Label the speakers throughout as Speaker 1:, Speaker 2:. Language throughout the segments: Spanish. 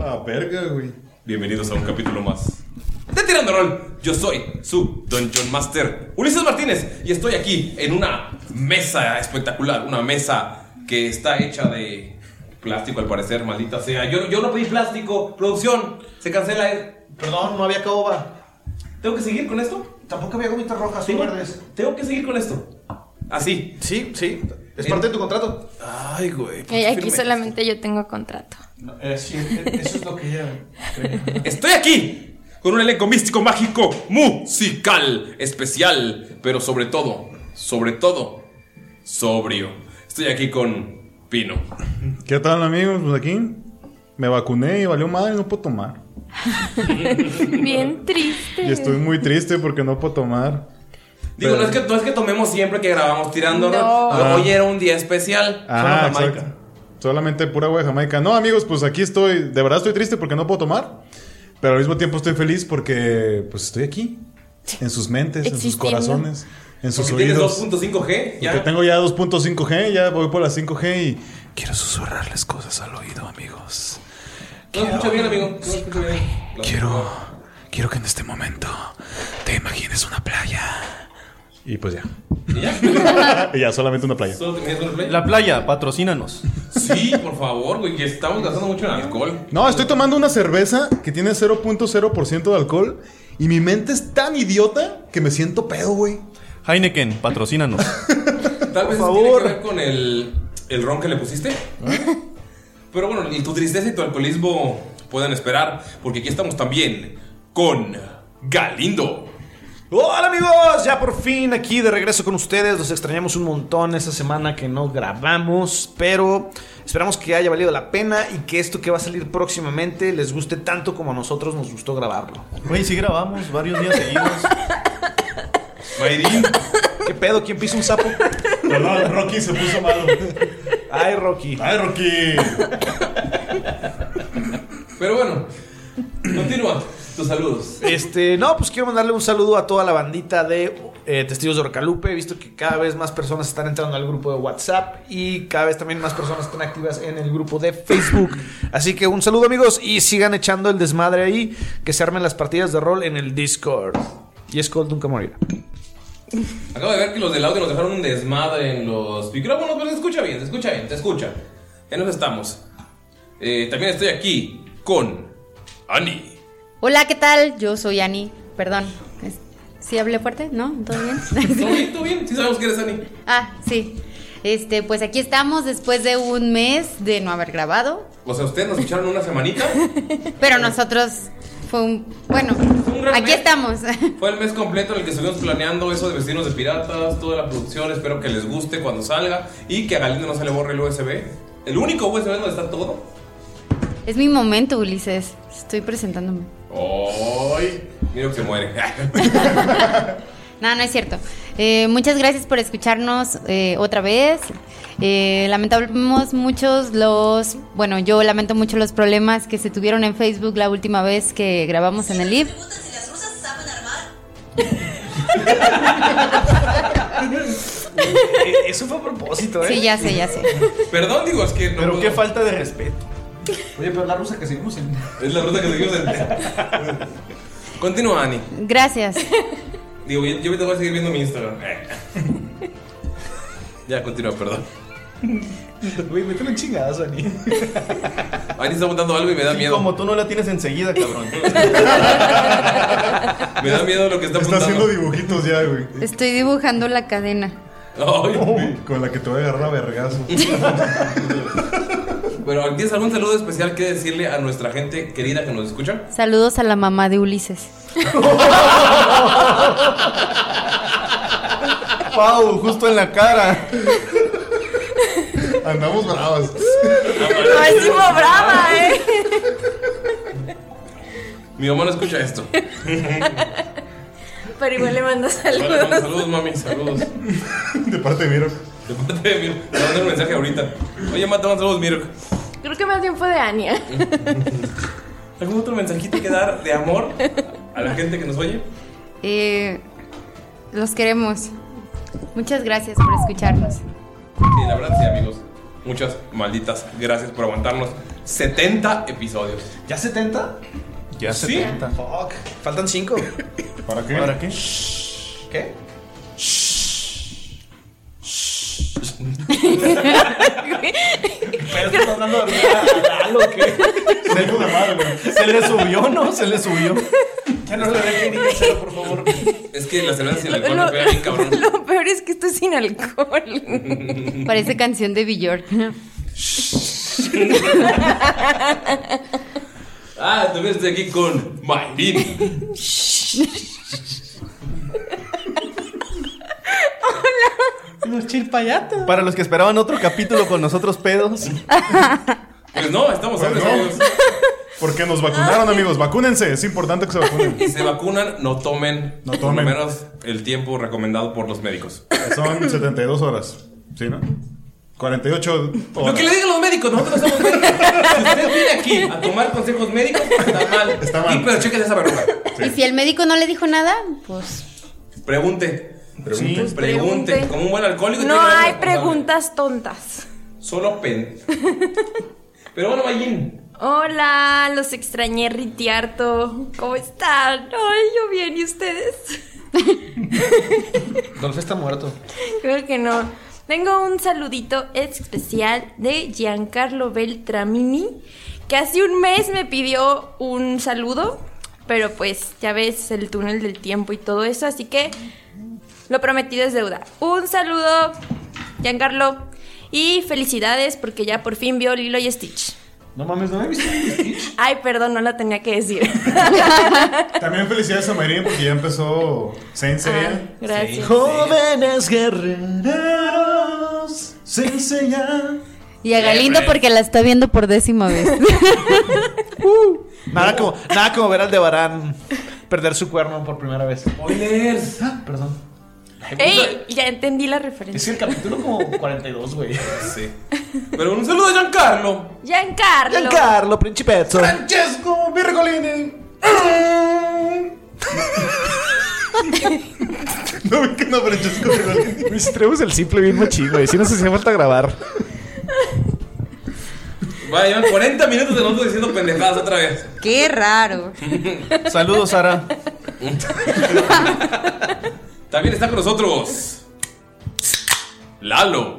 Speaker 1: Ah, verga, güey. Bienvenidos a un capítulo más. De Tirando Rol, yo soy su Dungeon Master Ulises Martínez y estoy aquí en una mesa espectacular, una mesa que está hecha de plástico al parecer, maldita sea. Yo, yo no pedí plástico, producción, se cancela. Perdón, no había caoba. ¿Tengo que seguir con esto? Tampoco había gomitas rojas o verdes. Tengo que seguir con esto. Así. Sí, sí. Es parte de tu contrato. Ay, güey.
Speaker 2: Eh,
Speaker 3: Y
Speaker 4: Eh,
Speaker 5: Eh,
Speaker 3: Eh, aquí
Speaker 1: firme.
Speaker 3: solamente yo tengo contrato.
Speaker 1: eso es lo que Estoy aquí con un elenco místico, mágico, musical, especial, pero sobre todo, sobre todo, sobrio. Estoy aquí con Pino.
Speaker 6: ¿Qué tal amigos? Pues aquí me vacuné y valió madre, no puedo tomar.
Speaker 3: Bien triste.
Speaker 6: Y estoy muy triste porque no puedo tomar.
Speaker 1: Digo, no
Speaker 6: Pero-
Speaker 1: es, que, no es que tomemos siempre que grabamos tirando.
Speaker 6: No.
Speaker 1: ¿no?
Speaker 6: Ah.
Speaker 1: Hoy era un día especial.
Speaker 6: Ajá,
Speaker 1: Solo Jamaica.
Speaker 6: exacto. Solamente pura agua de Jamaica. No, amigos, pues aquí estoy. De verdad estoy triste porque no puedo tomar. Pero al mismo tiempo estoy feliz porque pues estoy aquí. En sus mentes, en sus
Speaker 1: Existiendo.
Speaker 6: corazones, en sus
Speaker 1: Porque tienes
Speaker 6: oídos.
Speaker 1: 2.5G.
Speaker 6: Porque
Speaker 1: Ya.
Speaker 6: tengo ya 2.5G, ya voy por las 5G y quiero susurrarles cosas al oído, amigos.
Speaker 1: No me escucha bien, amigo. No me escucha bien.
Speaker 6: Quiero, quiero que en este momento te imagines una playa. Y pues ya. ¿Y ya? solamente una playa.
Speaker 1: Solo te querías con el play.
Speaker 7: La playa, patrocínanos.
Speaker 1: Sí, por favor, güey, que estamos gastando mucho en alcohol.
Speaker 6: No, estoy tomando una cerveza que tiene 0.0% de alcohol y mi mente es tan idiota que me siento pedo, güey.
Speaker 7: Heineken, patrocínanos.
Speaker 1: Tal vez tiene que ver con el, el ron que le pusiste.
Speaker 6: Ah.
Speaker 1: Pero bueno, y tu tristeza y tu alcoholismo pueden esperar, porque aquí estamos también con Galindo.
Speaker 2: Hola amigos, ya por fin aquí de regreso con ustedes. Los extrañamos un montón esta semana que no grabamos, pero esperamos que haya valido la pena y que esto que va a salir próximamente les guste tanto como a nosotros nos gustó grabarlo.
Speaker 7: Güey, sí grabamos varios días seguidos.
Speaker 1: Mayrin,
Speaker 2: ¿qué pedo? ¿Quién pisó un sapo?
Speaker 6: Perdón, Rocky se puso malo.
Speaker 2: Ay, Rocky.
Speaker 6: Ay, Rocky.
Speaker 1: Pero bueno, continúa tus saludos.
Speaker 2: Este, no, pues quiero mandarle un saludo a toda la bandita de eh, Testigos de Orcalupe. He visto que cada vez más personas están entrando al grupo de WhatsApp y cada vez también más personas están activas en el grupo de Facebook. Así que un saludo, amigos, y sigan echando el desmadre ahí, que se armen las partidas de rol en el Discord. Y Cold nunca morirá.
Speaker 1: Acabo de ver que los del audio nos dejaron un desmadre en los micrófonos, pero se escucha bien, se escucha bien, se escucha. Ya nos estamos. Eh, también estoy aquí con Ani.
Speaker 5: Hola, ¿qué tal? Yo soy Ani. Perdón. es- ¿Sí hablé fuerte? ¿No? ¿Todo bien?
Speaker 1: ¿Todo bien? ¿Todo bien? Sí sabemos que eres Ani.
Speaker 5: ah, sí. Este, pues aquí estamos después de un mes de no haber grabado.
Speaker 1: O sea, ustedes nos escucharon una semanita.
Speaker 5: Pero nosotros fue un. Bueno, aquí estamos.
Speaker 1: Fue el mes completo en el que estuvimos planeando eso de vestirnos de piratas, toda la producción. Espero que les guste cuando salga y que a Galindo no se le borre el USB. El único USB donde está todo.
Speaker 5: Es mi momento, Ulises. Estoy presentándome.
Speaker 1: ¡Ay! Mira que se muere.
Speaker 5: No, no es cierto. Eh, muchas gracias por escucharnos eh, otra vez. Eh, lamentamos muchos los, bueno, yo lamento mucho los problemas que se tuvieron en Facebook la última vez que grabamos en el live.
Speaker 2: Eso fue a propósito, ¿eh?
Speaker 5: Sí, ya sé, ya sé.
Speaker 1: Perdón, digo, es que no.
Speaker 7: Pero qué falta de respeto.
Speaker 2: Oye, pero la rusa que seguimos en.
Speaker 1: Es la ruta que seguimos en. Continúa, Ani.
Speaker 5: Gracias.
Speaker 1: Digo, yo, yo te voy a seguir viendo mi Instagram. Eh. ya, continúa, perdón.
Speaker 2: Güey, métele un chingadazo, Ani.
Speaker 1: Ani está montando algo y me da
Speaker 7: Y
Speaker 1: miedo.
Speaker 7: como tú no la tienes enseguida, cabrón.
Speaker 1: Me da miedo lo que está
Speaker 6: Está
Speaker 1: apuntando.
Speaker 6: haciendo dibujitos ya, güey. Oh,
Speaker 5: Estoy dibujando la cadena.
Speaker 1: Ay.
Speaker 6: Con la que te voy a agarrar a vergazo.
Speaker 1: Bueno, ¿tienes algún saludo especial que decirle a nuestra gente querida que nos escucha?
Speaker 5: Saludos a la mamá de Ulises.
Speaker 7: Pau, justo en la cara.
Speaker 6: Andamos bravas.
Speaker 8: No decimos brava, ¿eh?
Speaker 1: Mi mamá no escucha esto.
Speaker 3: Pero igual le mando
Speaker 1: Vale, mami,
Speaker 3: saludos.
Speaker 1: saludos, mami, saludos. De
Speaker 6: De parte de Miro.
Speaker 1: parte de Mirko. Te voy a mandar un mensaje ahorita. Oye, mata, saludos, Mirko.
Speaker 3: Creo que más bien fue de Ania.
Speaker 1: ¿Algún otro mensajito que dar de amor a la gente que nos oye?
Speaker 5: Eh, los queremos. Muchas gracias por escucharnos.
Speaker 1: Sí, la verdad, sí, amigos. Muchas malditas gracias por aguantarnos 70 episodios.
Speaker 2: ¿Ya 70?
Speaker 7: Ya se
Speaker 1: ¿Sí?
Speaker 7: cuenta.
Speaker 2: Fuck. Faltan 5.
Speaker 6: ¿Para qué?
Speaker 7: ¿Para qué?
Speaker 2: ¿Qué? Pero estás hablando de Lalo, ¿qué?
Speaker 6: Tengo de madre, güey.
Speaker 7: ¿Se le subió, no? Se le subió.
Speaker 2: Ya no le dejen ir cero, por favor.
Speaker 1: Es que las cervezas y el alcohol me
Speaker 3: Lo,
Speaker 1: pegan bien cabrón.
Speaker 3: lo peor es que esto es sin alcohol.
Speaker 5: Parece canción de Bjork.
Speaker 1: Ah, también estoy aquí con Mayrin.
Speaker 2: Los chilpayatos.
Speaker 7: Para los que esperaban otro capítulo con nosotros pedos.
Speaker 1: Pues no, estamos
Speaker 6: Pues
Speaker 1: hombres,
Speaker 6: no.
Speaker 1: amigos.
Speaker 6: Porque nos
Speaker 1: Ah,
Speaker 6: vacunaron, amigos. Vacúnense. Es importante que se vacunen.
Speaker 1: Si se vacunan, no tomen,
Speaker 6: No
Speaker 1: por lo
Speaker 6: tomen.
Speaker 1: menos el tiempo recomendado por los médicos.
Speaker 6: Son 72 horas. ¿Sí, no? 48
Speaker 1: Lo que
Speaker 6: horas.
Speaker 1: le digan los médicos, nosotros no somos médicos. Si usted viene aquí a tomar consejos médicos, está mal.
Speaker 6: Está mal.
Speaker 1: Y, pero chequen esa verruga.
Speaker 5: Y si el médico no le dijo nada, pues
Speaker 1: Pregunte. Pregunte. pregunte.
Speaker 3: pregunte.
Speaker 1: Como un buen alcohólico. tiene
Speaker 3: No
Speaker 1: que ser
Speaker 3: hay
Speaker 1: responsable.
Speaker 3: preguntas tontas.
Speaker 1: Solo pen. Pero bueno, Mayrin.
Speaker 3: Hola, los extrañé, Ritiarto. ¿Cómo están? Ay, yo bien, ¿y ustedes?
Speaker 2: Dolph está muerto.
Speaker 3: Creo que no. Tengo un saludito especial de Giancarlo Beltramini, que hace un mes me pidió un saludo, pero pues ya ves el túnel del tiempo y todo eso, así que lo prometido es deuda. Un saludo, Giancarlo, y felicidades porque ya por fin vio Lilo y Stitch.
Speaker 2: No mames, no me he visto.
Speaker 3: Ay, perdón, no la tenía que decir.
Speaker 6: También felicidades a Mayrin porque ya empezó
Speaker 1: Ah,
Speaker 6: Sensei.
Speaker 3: Gracias.
Speaker 2: Jóvenes guerreros se enseñan.
Speaker 5: y a Galindo
Speaker 1: Pues.
Speaker 5: porque la está viendo por décima vez.
Speaker 2: Nada como, nada como ver al de Barán perder su cuerno por primera vez.
Speaker 1: Spoilers.
Speaker 2: Ah, perdón.
Speaker 3: ¡Ey! Ya entendí la
Speaker 2: Es
Speaker 3: referencia.
Speaker 2: que el capítulo como 42, güey.
Speaker 1: Sí. Pero un saludo a Giancarlo.
Speaker 3: Giancarlo.
Speaker 2: Giancarlo, Principezzo.
Speaker 6: Francesco Virgolini. No vi que no, Francesco Virgolini.
Speaker 2: Güey, Si traemos el simple bien machín, güey. Si nos hacía falta grabar.
Speaker 1: Va, llevan 40 minutos de nosotros diciendo pendejadas otra vez.
Speaker 5: Qué raro.
Speaker 7: Saludos, Sara.
Speaker 1: También está con nosotros Lalo.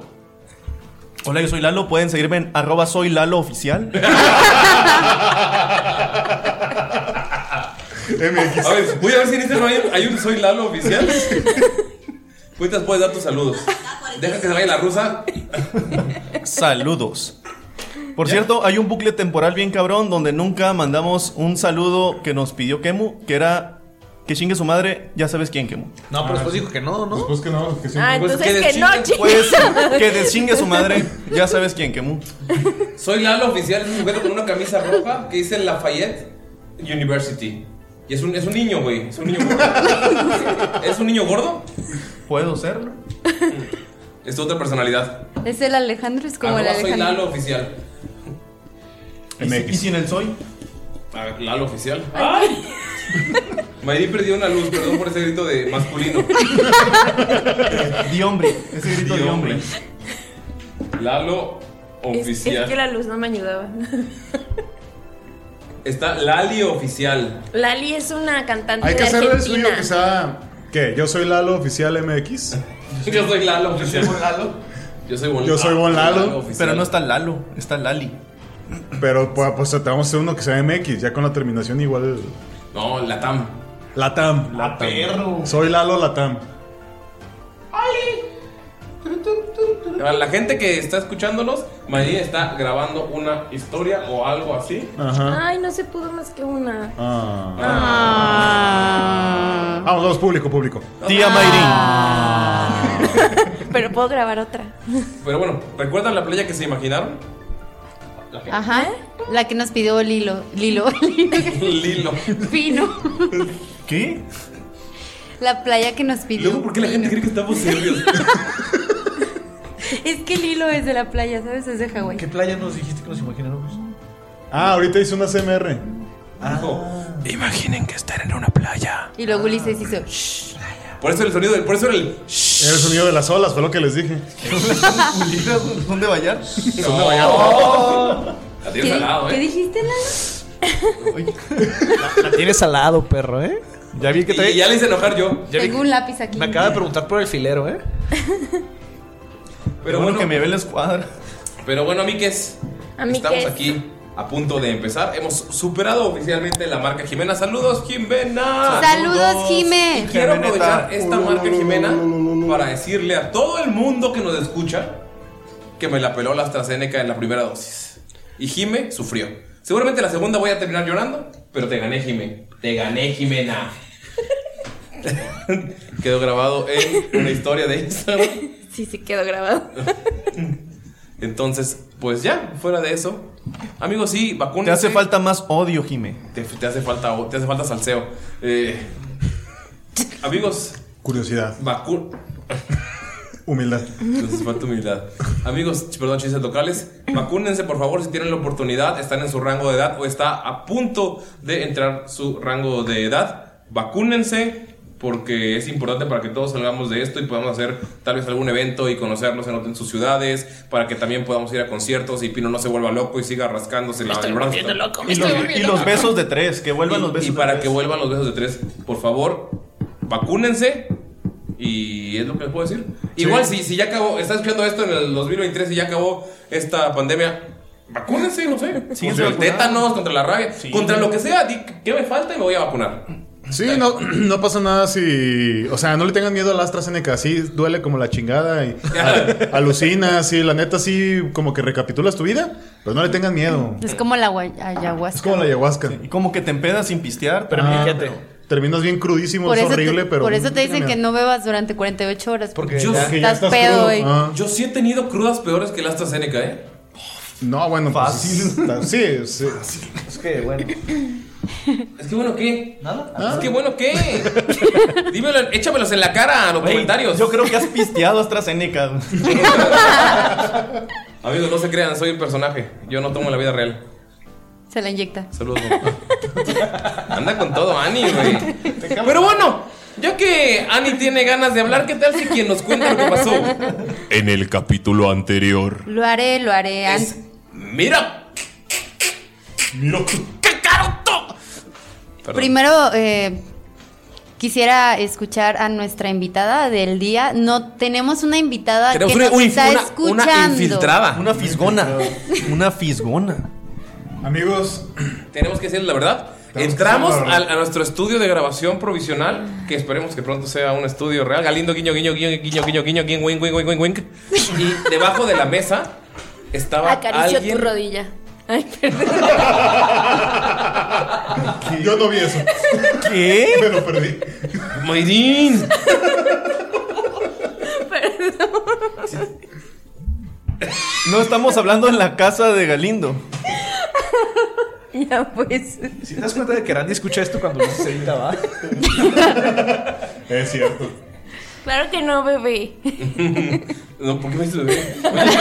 Speaker 7: Hola, yo soy Lalo. Pueden seguirme en arroba soy Lalo oficial.
Speaker 1: A ver, voy a ver si en Instagram hay, hay un Soy Lalo oficial. Cuentas, puedes dar tus saludos. Deja que se vaya la rusa.
Speaker 7: Saludos. Por cierto, hay un bucle temporal bien cabrón donde nunca mandamos un saludo que nos pidió Kemu, que era que chingue su madre, ya sabes quién Kemu.
Speaker 2: No, pero después dijo que no, ¿no?
Speaker 6: Después que no, que
Speaker 3: Ah,
Speaker 7: Pues
Speaker 3: entonces que,
Speaker 7: que
Speaker 3: no,
Speaker 7: deschingue-
Speaker 3: chicos.
Speaker 7: Pues que deschingue su madre, ya sabes quién Kemu.
Speaker 1: Soy Lalo oficial, es un sujeto con una camisa roja que dice Lafayette University. Y es un, es un niño, güey. Es un niño gordo. ¿Es un niño gordo?
Speaker 7: ¿Puedo serlo?
Speaker 1: Es tu otra personalidad.
Speaker 5: Es el Alejandro, es como el
Speaker 1: Arroba Ah, soy
Speaker 5: Alejandro.
Speaker 1: Lalo oficial.
Speaker 7: ¿Y, si- y sin el soy?
Speaker 1: Ah, Lalo oficial. ¡Ay! Mayri perdió una luz, perdón por ese grito de masculino.
Speaker 7: Di hombre, ese grito
Speaker 1: Di
Speaker 7: de hombre.
Speaker 1: hombre. Lalo
Speaker 3: Es, es
Speaker 1: oficial.
Speaker 3: que la luz no me ayudaba.
Speaker 1: Está Lali oficial.
Speaker 3: Lali es una cantante
Speaker 6: Hay que
Speaker 3: de
Speaker 6: hacerle el
Speaker 3: Argentina.
Speaker 6: suyo que sea. ¿Qué? Yo soy Lalo Oficial MX.
Speaker 1: Yo soy Lalo oficial. Yo soy Bon
Speaker 6: Yo soy Bon
Speaker 1: Ah,
Speaker 6: Lalo.
Speaker 1: oficial.
Speaker 7: Pero no está Lalo, está Lali.
Speaker 6: Pero pues, pues, te vamos a hacer uno que sea MX, ya con la terminación igual.
Speaker 1: No, Latam.
Speaker 6: Latam.
Speaker 2: La perro.
Speaker 6: Soy Lalo Latam.
Speaker 1: Para la gente que está escuchándonos, Mayri está grabando una historia o algo así.
Speaker 6: Ajá.
Speaker 3: Ay, no se pudo más que una.
Speaker 6: Ah.
Speaker 5: Ah.
Speaker 6: Vamos, vamos, público, público.
Speaker 7: Tía Mayrin.
Speaker 3: Ah. Pero puedo grabar otra.
Speaker 1: Pero bueno, ¿recuerdan la playa que se imaginaron?
Speaker 5: Ajá. La que nos pidió Lilo. Lilo. Lilo
Speaker 1: Lilo.
Speaker 5: Pino.
Speaker 7: ¿Qué?
Speaker 5: La playa que nos
Speaker 1: Luego,
Speaker 5: pidió.
Speaker 1: ¿por qué la gente cree que estamos serios?
Speaker 5: Es que Lilo es de la playa, ¿sabes? Es de Hawái.
Speaker 2: ¿Qué playa nos dijiste que nos imagináramos?
Speaker 6: Ah, ahorita hice una CMR.
Speaker 2: Ah.
Speaker 1: Hijo,
Speaker 2: Imaginen que estar en una playa.
Speaker 5: Y luego Ulises hizo. "Shh".
Speaker 1: Por eso el sonido del. Por eso el.
Speaker 6: Era el sonido de las olas, fue lo que les dije.
Speaker 7: ¿Dónde vayar?
Speaker 1: La
Speaker 5: ¿Qué,
Speaker 1: tienes al lado,
Speaker 5: qué
Speaker 1: eh.
Speaker 5: dijiste, Lalo?
Speaker 2: La tienes al lado, perro, ¿eh? Ya vi que
Speaker 1: Y
Speaker 2: te.
Speaker 1: ya le hice enojar yo.
Speaker 2: Ya vi-
Speaker 5: Tengo un lápiz aquí.
Speaker 2: Me acaba de preguntar por el filero, ¿eh?
Speaker 1: Pero
Speaker 7: bueno,
Speaker 1: bueno,
Speaker 7: que me ve la escuadra.
Speaker 1: pero bueno, amigues.
Speaker 3: Amigues.
Speaker 1: Estamos aquí a punto de empezar. Hemos superado oficialmente la marca Jimena. Saludos, Jimena.
Speaker 5: Saludos,
Speaker 1: Y
Speaker 5: Jime.
Speaker 1: quiero
Speaker 7: Jimeneta.
Speaker 1: aprovechar
Speaker 7: Uh,
Speaker 1: esta marca Jimena para decirle a todo el mundo que nos escucha que me la peló la AstraZeneca en la primera dosis. Y Jime sufrió. Seguramente la segunda voy a terminar llorando, pero te gané, Jime. Te gané, Jimena. Quedó grabado en una historia de Instagram.
Speaker 3: Sí, sí quedó grabado.
Speaker 1: Entonces, pues ya, fuera de eso. Amigos, sí, vacunas.
Speaker 7: Te hace falta más odio, Jime.
Speaker 1: Te, te hace falta, te hace falta salseo. Eh, amigos,
Speaker 6: Curiosidad,
Speaker 1: vacunas.
Speaker 6: humildad.
Speaker 1: Entonces falta humildad. Amigos, ch- perdón, chistes locales, vacúnense por favor si tienen la oportunidad, están en su rango de edad o está a punto de entrar su rango de edad. Vacúnense porque es importante para que todos salgamos de esto y podamos hacer tal vez algún evento y conocernos en, ot- en sus ciudades, para que también podamos ir a conciertos y Pino no se vuelva loco y siga rascándose la, el brazo.
Speaker 7: Y los, y los besos de tres, que vuelvan los
Speaker 1: Y-
Speaker 7: besos
Speaker 1: y para
Speaker 7: de
Speaker 1: que
Speaker 7: tres.
Speaker 1: vuelvan los besos de tres, por favor, vacúnense. Y es lo que les puedo decir. Igual, si, si ya acabó, estás escuchando esto en el 2023 y ya acabó esta pandemia, vacúnense, no sé.
Speaker 2: Pues
Speaker 7: Sí,
Speaker 1: contra el
Speaker 7: vacunando.
Speaker 1: tétanos, contra la rabia,
Speaker 7: Sí.
Speaker 1: contra lo que sea, di que me falta y me voy a vacunar.
Speaker 6: Sí, no, no pasa nada si. O sea, no le tengan miedo a la AstraZeneca. Sí, duele como la chingada y a- alucina. Sí, la neta, sí, como que recapitulas tu vida. Pero no le tengan miedo.
Speaker 5: Es como la guay-
Speaker 6: Es
Speaker 5: ayahuasca.
Speaker 6: como la ayahuasca.
Speaker 7: Y como que te empedas sin pistear, pero
Speaker 6: Ah,
Speaker 2: fíjate.
Speaker 6: Terminas bien crudísimo, es
Speaker 5: eso te-
Speaker 6: horrible, pero.
Speaker 5: por eso te dicen que no bebas durante 48 horas.
Speaker 2: Porque
Speaker 1: Yo,
Speaker 6: Ya que ya
Speaker 5: Estás
Speaker 6: estás
Speaker 5: pedo,
Speaker 6: crudo.
Speaker 5: güey.
Speaker 6: Ah.
Speaker 1: yo sí he tenido crudas peores que la AstraZeneca, ¿eh?
Speaker 6: No, bueno, pues,
Speaker 7: Fácil.
Speaker 6: está- sí, sí.
Speaker 2: Es que, bueno.
Speaker 1: Es que bueno, ¿qué? ¿Ah?
Speaker 2: Nada.
Speaker 1: Es que bueno, ¿qué? Dímelo, échamelos en la cara, a los
Speaker 7: Güey,
Speaker 1: comentarios.
Speaker 7: Yo creo que has pisteado AstraZeneca.
Speaker 1: Amigos, no se crean, soy el personaje. Yo no tomo la vida real.
Speaker 5: Se la inyecta.
Speaker 1: Saludos. mamá. Anda con todo, Ani, güey. Pero bueno, ya que Ani tiene ganas de hablar, ¿qué tal si quien nos cuenta lo que pasó?
Speaker 9: En el capítulo anterior.
Speaker 5: Lo haré, lo haré.
Speaker 1: Es-
Speaker 5: An-
Speaker 1: Mira. Mira. ¡Qué caro! to- Perdón.
Speaker 5: Primero, eh, Quisiera escuchar a nuestra invitada del día. No tenemos una invitada
Speaker 7: Tenemos
Speaker 5: que
Speaker 7: una-
Speaker 5: nos
Speaker 7: uy,
Speaker 5: está
Speaker 7: una- una
Speaker 5: escuchando.
Speaker 7: infiltrada. Una fisgona. Una fisgona.
Speaker 6: Amigos,
Speaker 1: Tenemos que decir la verdad. Entramos al- a, nuestro estudio de grabación provisional, que esperemos que pronto sea un estudio real. Galindo, guiño, guiño, guiño, guiño, guiño, guiño, guiño, wink, wink, wink, wink, wink. Y debajo de la mesa estaba
Speaker 3: Acaricio
Speaker 1: alguien.
Speaker 3: tu rodilla. Ay,
Speaker 6: Yo no vi eso.
Speaker 7: ¿Qué?
Speaker 6: Me lo perdí.
Speaker 1: Mayrin.
Speaker 7: No estamos hablando en la casa de Galindo.
Speaker 3: Ya pues.
Speaker 2: Si te das cuenta de que Randy escucha esto cuando lo se edita, ¿va?
Speaker 6: Es cierto.
Speaker 3: Claro que no, bebé.
Speaker 1: no, ¿por qué me dices bebé? bueno,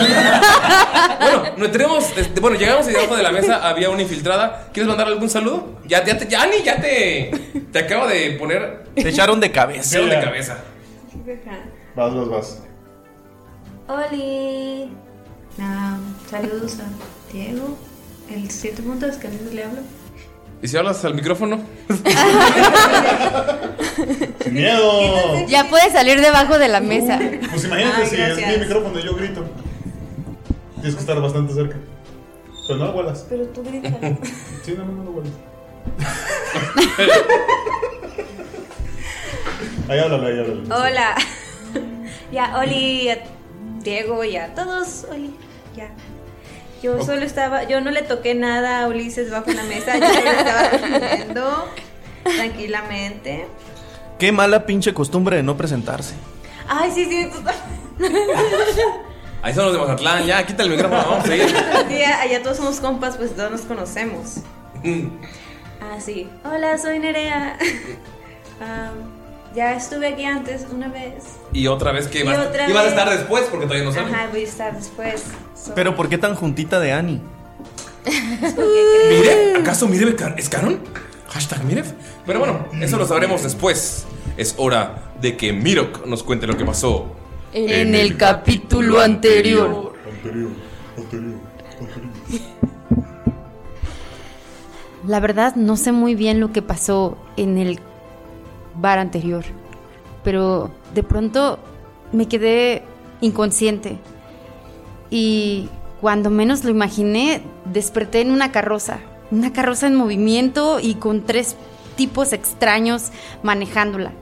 Speaker 1: no tenemos, este, bueno, llegamos y debajo de la mesa había una infiltrada. ¿Quieres mandar algún saludo? Ya, ya te, ya, Ani, ya te, te acabo de poner.
Speaker 7: Te echaron de cabeza.
Speaker 1: Te echaron de cabeza.
Speaker 6: Vas, vas, vas.
Speaker 10: Oli. Ah, saludos a Diego. El 7 puntos que a veces le hablo.
Speaker 1: ¿Y si hablas al micrófono?
Speaker 6: Sin miedo.
Speaker 5: Ya puede salir debajo de la mesa.
Speaker 6: Pues imagínate
Speaker 5: Ay,
Speaker 6: si
Speaker 5: gracias.
Speaker 6: es mi micrófono y yo grito. Tienes que estar bastante cerca. Pero no abuelas.
Speaker 10: Pero tú gritas.
Speaker 6: Sí, no, no, no abuelas. ahí háblale, ahí háblale.
Speaker 10: Hola. ya, Oli, a Diego y a todos. Oli, ya. Yo
Speaker 6: Ok.
Speaker 10: solo estaba, yo no le toqué nada a Ulises bajo la mesa, yo solo estaba comiendo tranquilamente.
Speaker 7: Qué mala pinche costumbre de no presentarse.
Speaker 10: Ay, sí, sí.
Speaker 1: Ahí son los de Mazatlán, ya, quita el micrófono, vamos a seguir.
Speaker 10: Sí, allá todos somos compas, pues todos nos conocemos. Ah, sí. Hola, soy Nerea. Am, ya estuve aquí antes una vez.
Speaker 1: Y otra vez que
Speaker 10: Y
Speaker 1: vas,
Speaker 10: otra
Speaker 1: y vas a
Speaker 10: vez.
Speaker 1: estar después porque todavía no sabes.
Speaker 10: Ajá, voy a estar después. So-
Speaker 7: Pero ¿por qué tan juntita de Annie?
Speaker 1: ¿Mire? ¿Acaso Mirev es canon? Hashtag Mirev. Pero bueno, eso lo sabremos después. Es hora de que Mirok nos cuente lo que pasó.
Speaker 8: En,
Speaker 1: el
Speaker 8: capítulo anterior.
Speaker 6: Anterior, anterior, anterior.
Speaker 5: La verdad no sé muy bien lo que pasó en el bar anterior, pero de pronto me quedé inconsciente y cuando menos lo imaginé desperté en una carroza, una carroza en movimiento y con tres tipos extraños manejándola.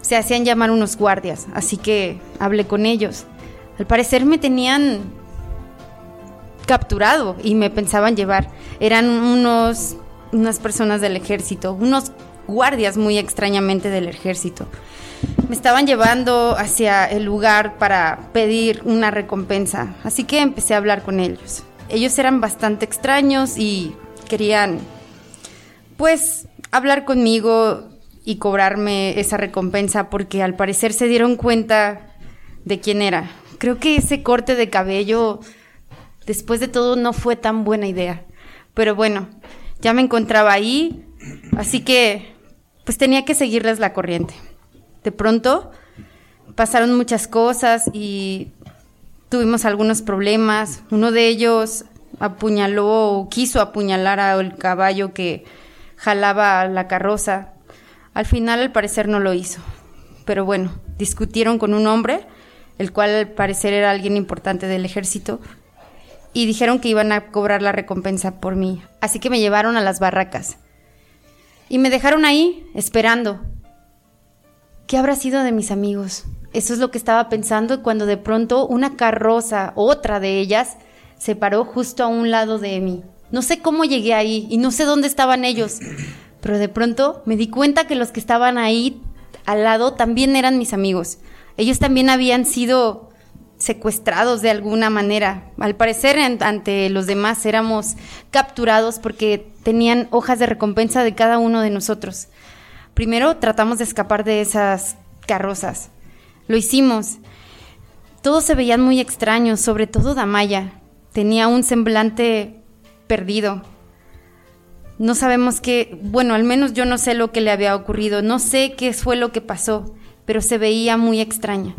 Speaker 5: Se hacían llamar unos guardias, así que hablé con ellos. Al parecer me tenían capturado y me pensaban llevar. Eran unos unas personas del ejército, unos guardias muy extrañamente del ejército. Me estaban llevando hacia el lugar para pedir una recompensa, así que empecé a hablar con ellos. Ellos eran bastante extraños y querían pues hablar conmigo y cobrarme esa recompensa porque al parecer se dieron cuenta de quién era. Creo que ese corte de cabello después de todo no fue tan buena idea. Pero bueno, ya me encontraba ahí, así que pues tenía que seguirles la corriente. De pronto pasaron muchas cosas y tuvimos algunos problemas. Uno de ellos apuñaló o quiso apuñalar al caballo que jalaba la carroza. Al final al parecer no lo hizo. Pero bueno, discutieron con un hombre, el cual al parecer era alguien importante del ejército, y dijeron que iban a cobrar la recompensa por mí. Así que me llevaron a las barracas. Y me dejaron ahí, esperando. ¿Qué habrá sido de mis amigos? Eso es lo que estaba pensando cuando de pronto una carroza, otra de ellas, se paró justo a un lado de mí. No sé cómo llegué ahí y no sé dónde estaban ellos, pero de pronto me di cuenta que los que estaban ahí al lado también eran mis amigos. Ellos también habían sido secuestrados de alguna manera. Al parecer, en- ante los demás éramos capturados porque tenían hojas de recompensa de cada uno de nosotros. Primero tratamos de escapar de esas carrozas. Lo hicimos. Todos se veían muy extraños, sobre todo Damaya. Tenía un semblante perdido. No sabemos qué, bueno, al menos yo no sé lo que le había ocurrido, no sé qué fue lo que pasó, pero se veía muy extraña.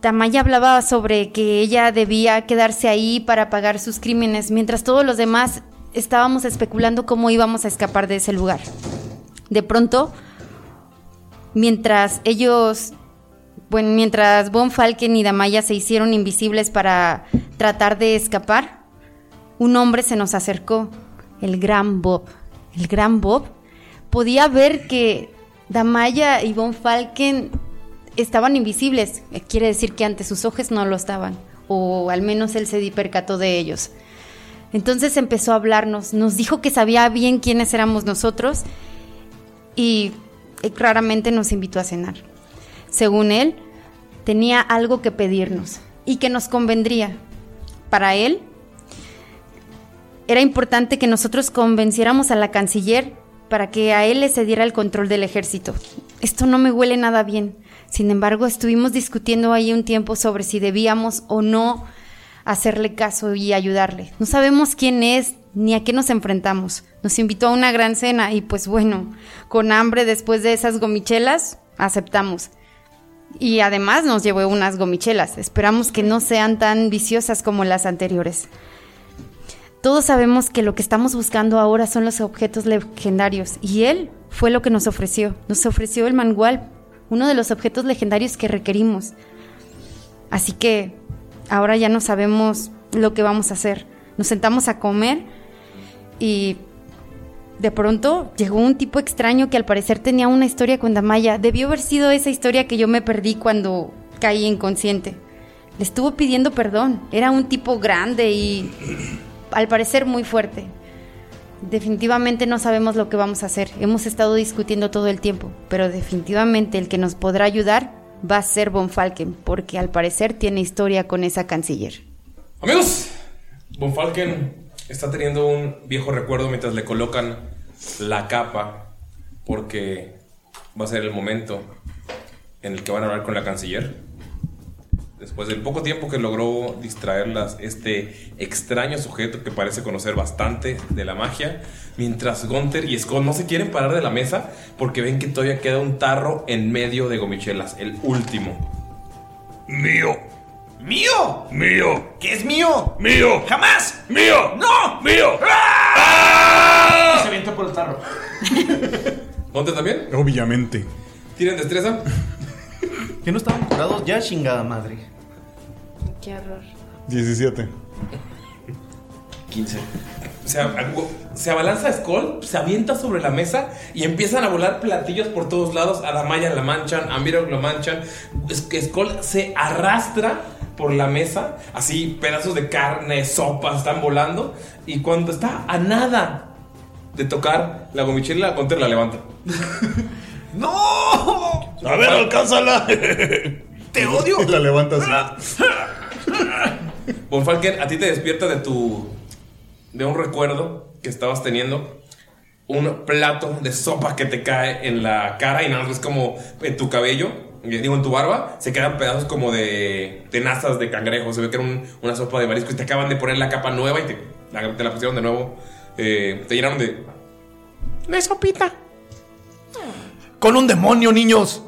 Speaker 5: Tamaya hablaba sobre que ella debía quedarse ahí para pagar sus crímenes, mientras todos los demás estábamos especulando cómo íbamos a escapar de ese lugar. De pronto, mientras ellos, bueno, mientras Von Falken y Damaya se hicieron invisibles para tratar de escapar, un hombre se nos acercó, el gran Bob. El gran Bob podía ver que Damaya y Von Falken estaban invisibles. Eh, Quiere decir que ante sus ojos no lo estaban, o al menos él se di- percató de ellos. Entonces empezó a hablarnos, nos dijo que sabía bien quiénes éramos nosotros y eh, claramente nos invitó a cenar. Según él, tenía algo que pedirnos y que nos convendría. Para él, era importante que nosotros convenciéramos a la canciller para que a él le cediera el control del ejército. Esto no me huele nada bien. Sin embargo, estuvimos discutiendo ahí un tiempo sobre si debíamos o no hacerle caso y ayudarle. No sabemos quién es ni a qué nos enfrentamos. Nos invitó a una gran cena y pues bueno, con hambre después de esas gomichelas, aceptamos. Y además nos llevó unas gomichelas. Esperamos que no sean tan viciosas como las anteriores. Todos sabemos que lo que estamos buscando ahora son los objetos legendarios y él fue lo que nos ofreció. Nos ofreció el manual, uno de los objetos legendarios que requerimos. Así que ahora ya no sabemos lo que vamos a hacer. Nos sentamos a comer y de pronto llegó un tipo extraño que al parecer tenía una historia con Damaya. Debió haber sido esa historia que yo me perdí cuando caí inconsciente. Le estuvo pidiendo perdón. Era un tipo grande y al parecer muy fuerte. Definitivamente no sabemos lo que vamos a hacer. Hemos estado discutiendo todo el tiempo, pero definitivamente el que nos podrá ayudar va a ser Von Falken, porque al parecer tiene historia con esa canciller.
Speaker 1: Amigos, Von Falken está teniendo un viejo recuerdo mientras le colocan la capa porque va a ser el momento en el que van a hablar con la canciller. Después del poco tiempo que logró distraerlas este extraño sujeto que parece conocer bastante de la magia, mientras Gunther y Scott no se quieren parar de la mesa porque ven que todavía queda un tarro en medio de gomichelas, el último.
Speaker 9: Mío.
Speaker 2: ¡Mío!
Speaker 9: Mío.
Speaker 2: ¿Qué es mío?
Speaker 9: Mío.
Speaker 2: ¡Jamás!
Speaker 9: Mío.
Speaker 2: ¡No! Ah.
Speaker 9: Mío.
Speaker 2: Y se avienta por el tarro.
Speaker 1: ¿Gunther también?
Speaker 6: Obviamente.
Speaker 1: ¿Tienen destreza?
Speaker 7: ¿Que no estaban curados ya, chingada madre?
Speaker 10: Qué horror.
Speaker 6: 17.
Speaker 1: 15. Se, algo- se abalanza Skull, se avienta sobre la mesa y empiezan a volar platillos por todos lados. A Damaya la manchan, a Mirok lo manchan. Es- Skull se arrastra por la mesa, así pedazos de carne, sopas están volando. Y cuando está a nada de tocar la gomichela, Gunter la levanta.
Speaker 2: ¡No!
Speaker 9: A ver, alcánzala.
Speaker 2: ¡Te odio!
Speaker 6: La levantas.
Speaker 1: Bonfalken, a ti te despierta de tu. de un recuerdo que estabas teniendo. Un plato de sopa que te cae en la cara y nada más es como en tu cabello, eh, digo en tu barba, se quedan pedazos como de tenazas de cangrejo. Se ve que era un- una sopa de marisco y te acaban de poner la capa nueva y te la, te la pusieron de nuevo. eh, te llenaron de.
Speaker 4: Me sopita.
Speaker 7: ¡Con un demonio, niños!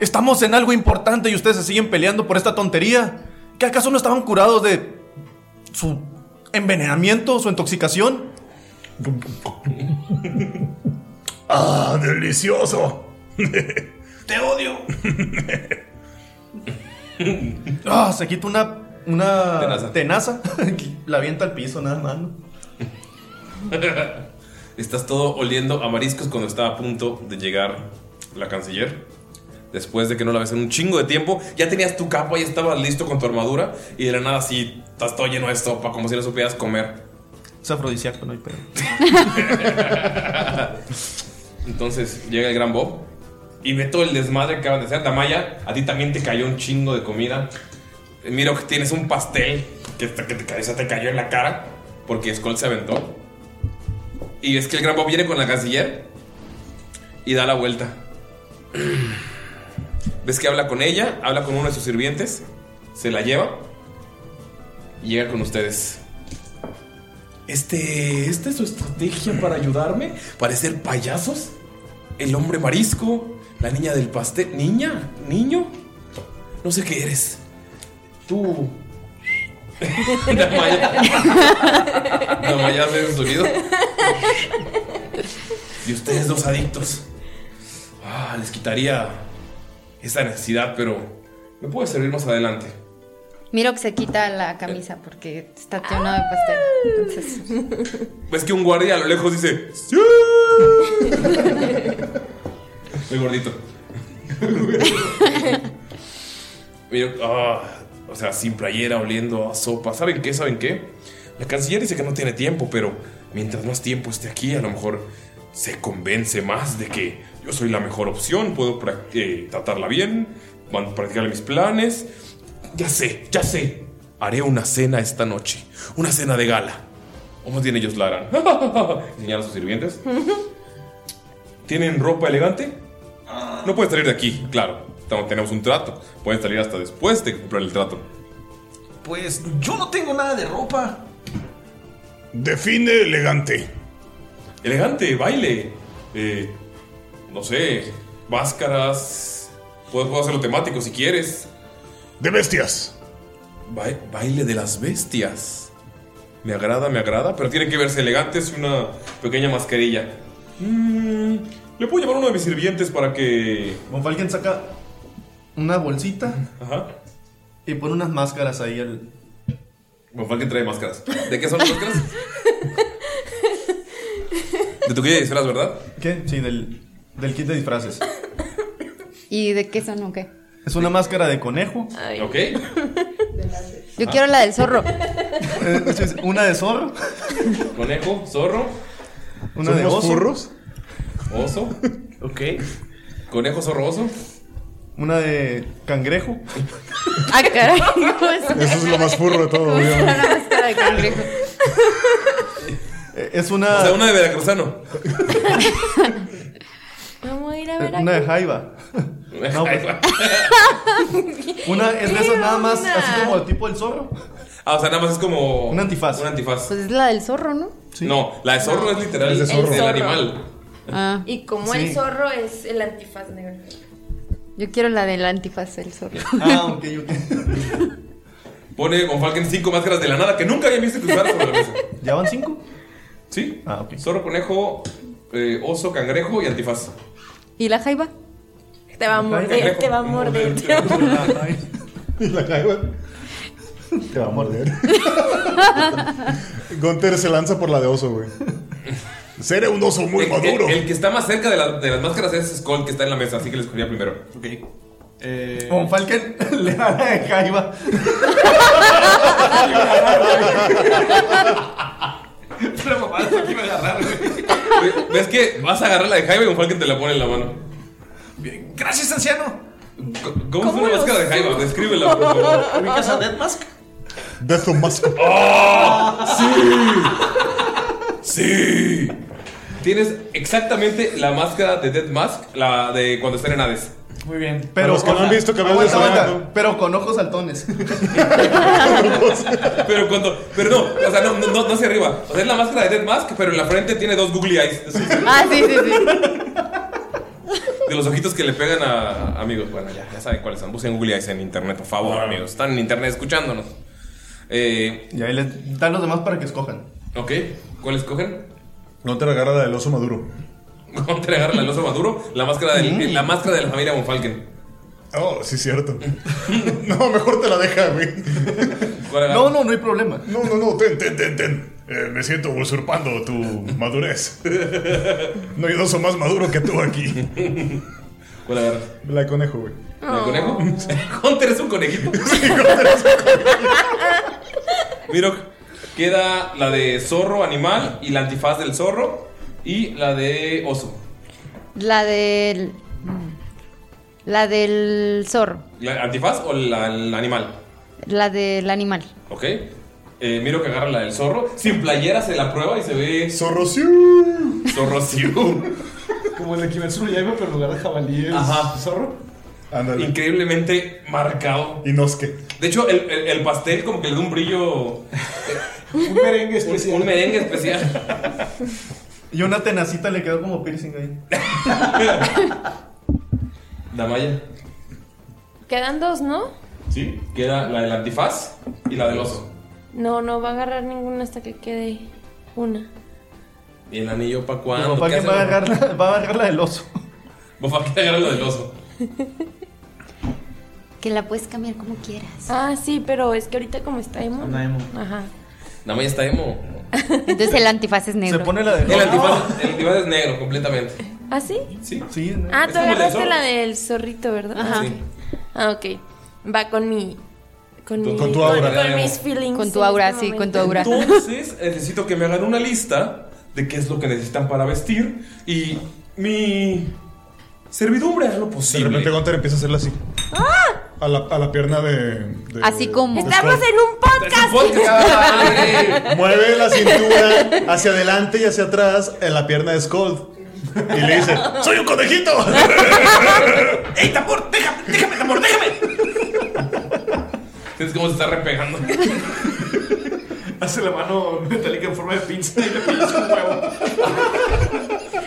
Speaker 7: Estamos en algo importante y ustedes se siguen peleando por esta tontería. ¿Que acaso no estaban curados de su envenenamiento, su intoxicación?
Speaker 9: Ah, delicioso.
Speaker 7: ¡Te odio! Ah, se quita una, una tenaza. La avienta al piso, nada más. ¿no?
Speaker 1: Estás todo oliendo a mariscos cuando está a punto de llegar la canciller. Después de que no la ves en un chingo de tiempo, ya tenías tu capa, ya estabas listo con tu armadura y de la nada así estás todo lleno de sopa, como si no supieras comer.
Speaker 7: Es afrodisíaco, no hay pedo.
Speaker 1: Entonces llega el gran Bob y ve todo el desmadre que acaban de hacer. Damaya, a ti también te cayó un chingo de comida. Eh, Miro que tienes un pastel que, te, que te ca- o sea, te cayó en la cara porque Skull se aventó. Y es que el gran Bob viene con la canciller y da la vuelta. Ves que habla con ella, habla con uno de sus sirvientes, se la lleva y llega con ustedes. Este, esta es su estrategia para ayudarme, parecer payasos. El hombre marisco, la niña del pastel, niña, niño, no sé qué eres. Tú. Damaya. Damaya hace un sonido. Y ustedes dos adictos. Ah, Ah, les quitaría esa necesidad, pero me puede servir más adelante.
Speaker 5: Miro que se quita la camisa porque está lleno de pastel. Entonces.
Speaker 1: Ves que un guardia a lo lejos dice, ¡Sí! Soy gordito. Y yo, ah, o sea, sin playera, oliendo a sopa. ¿Saben qué? ¿Saben qué? La canciller dice que no tiene tiempo, pero mientras más tiempo esté aquí, a lo mejor se convence más de que yo soy la mejor opción, puedo prac- eh, tratarla bien, van a practicar mis planes. Ya sé, ya sé. Haré una cena esta noche, una cena de gala. ¿O más bien ellos la harán? Señala a sus sirvientes. ¿Tienen ropa elegante? No puedes salir de aquí, claro. Tam- Tenemos un trato. Pueden salir hasta después de comprar el trato.
Speaker 7: Pues yo no tengo nada de ropa.
Speaker 1: Define elegante. Elegante, baile. eh, no sé, máscaras. Puedo, puedo hacerlo temático si quieres. De bestias. baile de las bestias. Me agrada, me agrada, pero tienen que verse elegantes y una pequeña mascarilla. Mm, Le puedo llamar a uno de mis sirvientes para que.
Speaker 7: Monfalken saca una bolsita
Speaker 1: Ajá.
Speaker 7: y pone unas máscaras ahí. El...
Speaker 1: Monfalken trae máscaras. ¿De qué son las máscaras? De tu kit de disfraz, ¿verdad?
Speaker 7: ¿Qué? Sí, del, del kit de disfraces.
Speaker 5: ¿Y de qué son o qué?
Speaker 7: Es una máscara de conejo. Eh,
Speaker 1: Ok.
Speaker 5: Yo quiero la del zorro.
Speaker 7: una de zorro.
Speaker 1: Conejo, zorro.
Speaker 7: Una de
Speaker 1: ¿Somos
Speaker 7: oso.
Speaker 1: furros? Oso. Ok. Conejo, zorro, oso.
Speaker 7: Una de cangrejo.
Speaker 5: Ah, caray.
Speaker 7: Eso es lo más furro de todo,
Speaker 5: de cangrejo.
Speaker 7: Eh, Es una.
Speaker 1: O sea, una de veracruzano.
Speaker 3: Vamos a ir a ver
Speaker 7: Una de jaiba. No, pues, Una es de esas nada más, así como el tipo del zorro.
Speaker 1: Ah, o sea, nada más es como. Un antifaz. Un antifaz.
Speaker 5: Pues es la del zorro, ¿no?
Speaker 1: No, la de zorro es literal.
Speaker 5: Es de
Speaker 1: el
Speaker 5: zorro.
Speaker 1: del
Speaker 5: Zorro.
Speaker 1: animal.
Speaker 5: Ah.
Speaker 3: Y como el zorro es el antifaz negro.
Speaker 5: Yo quiero la del antifaz del zorro.
Speaker 7: Ah, ok, ok.
Speaker 1: Pone con Falken cinco máscaras de la nada que nunca había visto que usar sobre la mesa.
Speaker 7: ¿Ya van cinco?
Speaker 1: Sí. Ah, ok. Zorro, conejo, eh, oso, cangrejo y antifaz.
Speaker 5: ¿Y la jaiba?
Speaker 3: Te va a morder, te va a morder, te va a morder.
Speaker 6: Y la jaiba. Te va a morder. Gunter se lanza por la de oso, güey.
Speaker 1: Seré un oso
Speaker 6: muy
Speaker 1: El,
Speaker 6: maduro.
Speaker 1: que está más cerca de, la- de las máscaras es Skull, que está en la mesa, así que le escogía primero. Eh, Ok.
Speaker 7: Von Falken le da la de jaiba.
Speaker 1: Pero papá, esto aquí me agarraron, güey. ¿Ves que vas a agarrar la de Jaiba y un Falken te la pone en la mano?
Speaker 7: Gracias, anciano.
Speaker 1: ¿Cómo, es una máscara de Jaiba? Descríbela, por favor.
Speaker 7: ¿Ubicas a Death Mask?
Speaker 6: Death of Mask. ¡Ah!
Speaker 1: ¡Sí! Tienes exactamente la máscara de Death Mask, la de cuando están en Hades.
Speaker 7: Muy bien.
Speaker 1: Para los que no han visto que me
Speaker 7: Aguanta,
Speaker 1: voy
Speaker 7: aguanta,
Speaker 1: soñando.
Speaker 7: Pero con ojos saltones.
Speaker 1: Pero cuando. Pero no, o sea, no, no, no, no hacia arriba. O sea, es la máscara de Death Mask, pero en la frente tiene dos googly eyes. Es un-
Speaker 5: Ah, sí, sí, sí.
Speaker 1: De los ojitos que le pegan a a amigos. Bueno, ya, ya saben cuáles son. Busquen googly eyes en internet, por favor, amigos. Están en internet escuchándonos. Eh,
Speaker 7: y ahí les dan los demás para que escojan.
Speaker 1: Ok, ¿cuál escogen?
Speaker 6: Gunter agarra la del oso maduro.
Speaker 1: Gunter agarra la del oso maduro, la máscara, del- la máscara de la familia Bonfalken.
Speaker 6: Oh, sí, cierto. no, mejor te la deja, güey.
Speaker 1: No,
Speaker 7: no, no hay problema.
Speaker 6: No, no, no, ten, ten, ten, ten. Eh, me siento usurpando tu madurez. No hay un oso más maduro que tú aquí.
Speaker 1: ¿Cuál agarras?
Speaker 6: La de conejo, güey.
Speaker 1: ¿El conejo? Hunter es un conejito. Miro, queda la de zorro animal y la antifaz del zorro y la de oso.
Speaker 5: La del. La del zorro.
Speaker 1: ¿La antifaz o la, el animal?
Speaker 5: La del animal.
Speaker 1: ¿Ok? Eh, miro que agarra la del zorro. Sin playera se la prueba y se ve.
Speaker 6: Zorro
Speaker 1: Zorro
Speaker 2: Como el de Kimetsu no Yaiba, pero en lugar de jabalí es
Speaker 1: Ajá.
Speaker 2: zorro.
Speaker 1: Increíblemente marcado.
Speaker 6: Y nosque.
Speaker 1: De hecho, el, el- el pastel como que le da un brillo.
Speaker 2: Un merengue especial.
Speaker 1: Un, un merengue especial.
Speaker 7: Y una tenacita le quedó como piercing ahí.
Speaker 1: Damaya.
Speaker 3: Quedan dos, ¿no?
Speaker 1: Sí. Queda la del antifaz y la del oso.
Speaker 3: No, no va a agarrar ninguna hasta que quede una.
Speaker 1: ¿Y el anillo para
Speaker 7: Von
Speaker 1: cuándo? ¿Qué
Speaker 7: Falken va a,
Speaker 1: hacemos?
Speaker 7: agarrar la, va a agarrar la del oso.
Speaker 1: Bofa, ¿qué agarra lo del oso?
Speaker 3: Que la puedes cambiar como quieras. Ah, sí, pero es que ahorita como está emo.
Speaker 1: Anda emo.
Speaker 3: Ajá.
Speaker 1: Nada más ya está emo.
Speaker 5: Entonces el antifaz es negro.
Speaker 1: El antifaz, el antifaz es negro completamente.
Speaker 3: ¿Ah, sí?
Speaker 1: Sí.
Speaker 3: Ah,
Speaker 1: Es
Speaker 3: tú
Speaker 1: como el del
Speaker 3: agarraste
Speaker 1: zorro.
Speaker 3: la del zorrito, ¿verdad?
Speaker 1: Ajá.
Speaker 3: Ah,
Speaker 1: Sí.
Speaker 3: ok. Ah, ok. Va con mi. Con, mi-
Speaker 1: con tu aura.
Speaker 3: Con, mis feelings.
Speaker 5: Con tu
Speaker 3: en
Speaker 5: aura,
Speaker 3: este
Speaker 5: sí, con tu
Speaker 3: momento.
Speaker 5: aura.
Speaker 1: Entonces, eh, necesito que me hagan una lista de qué es lo que necesitan para vestir y mi servidumbre hará lo posible.
Speaker 6: De repente Gunter empieza a hacerla así. A la, a la pierna de. de-
Speaker 5: Así como.
Speaker 6: Estamos
Speaker 3: en un podcast.
Speaker 6: Mueve la cintura hacia adelante y hacia atrás en la pierna de Scold. Y le dice: ¡Soy un conejito!
Speaker 1: Sientes cómo se está repegando.
Speaker 2: Hace la mano metálica en forma de pinza y le pillas un huevo.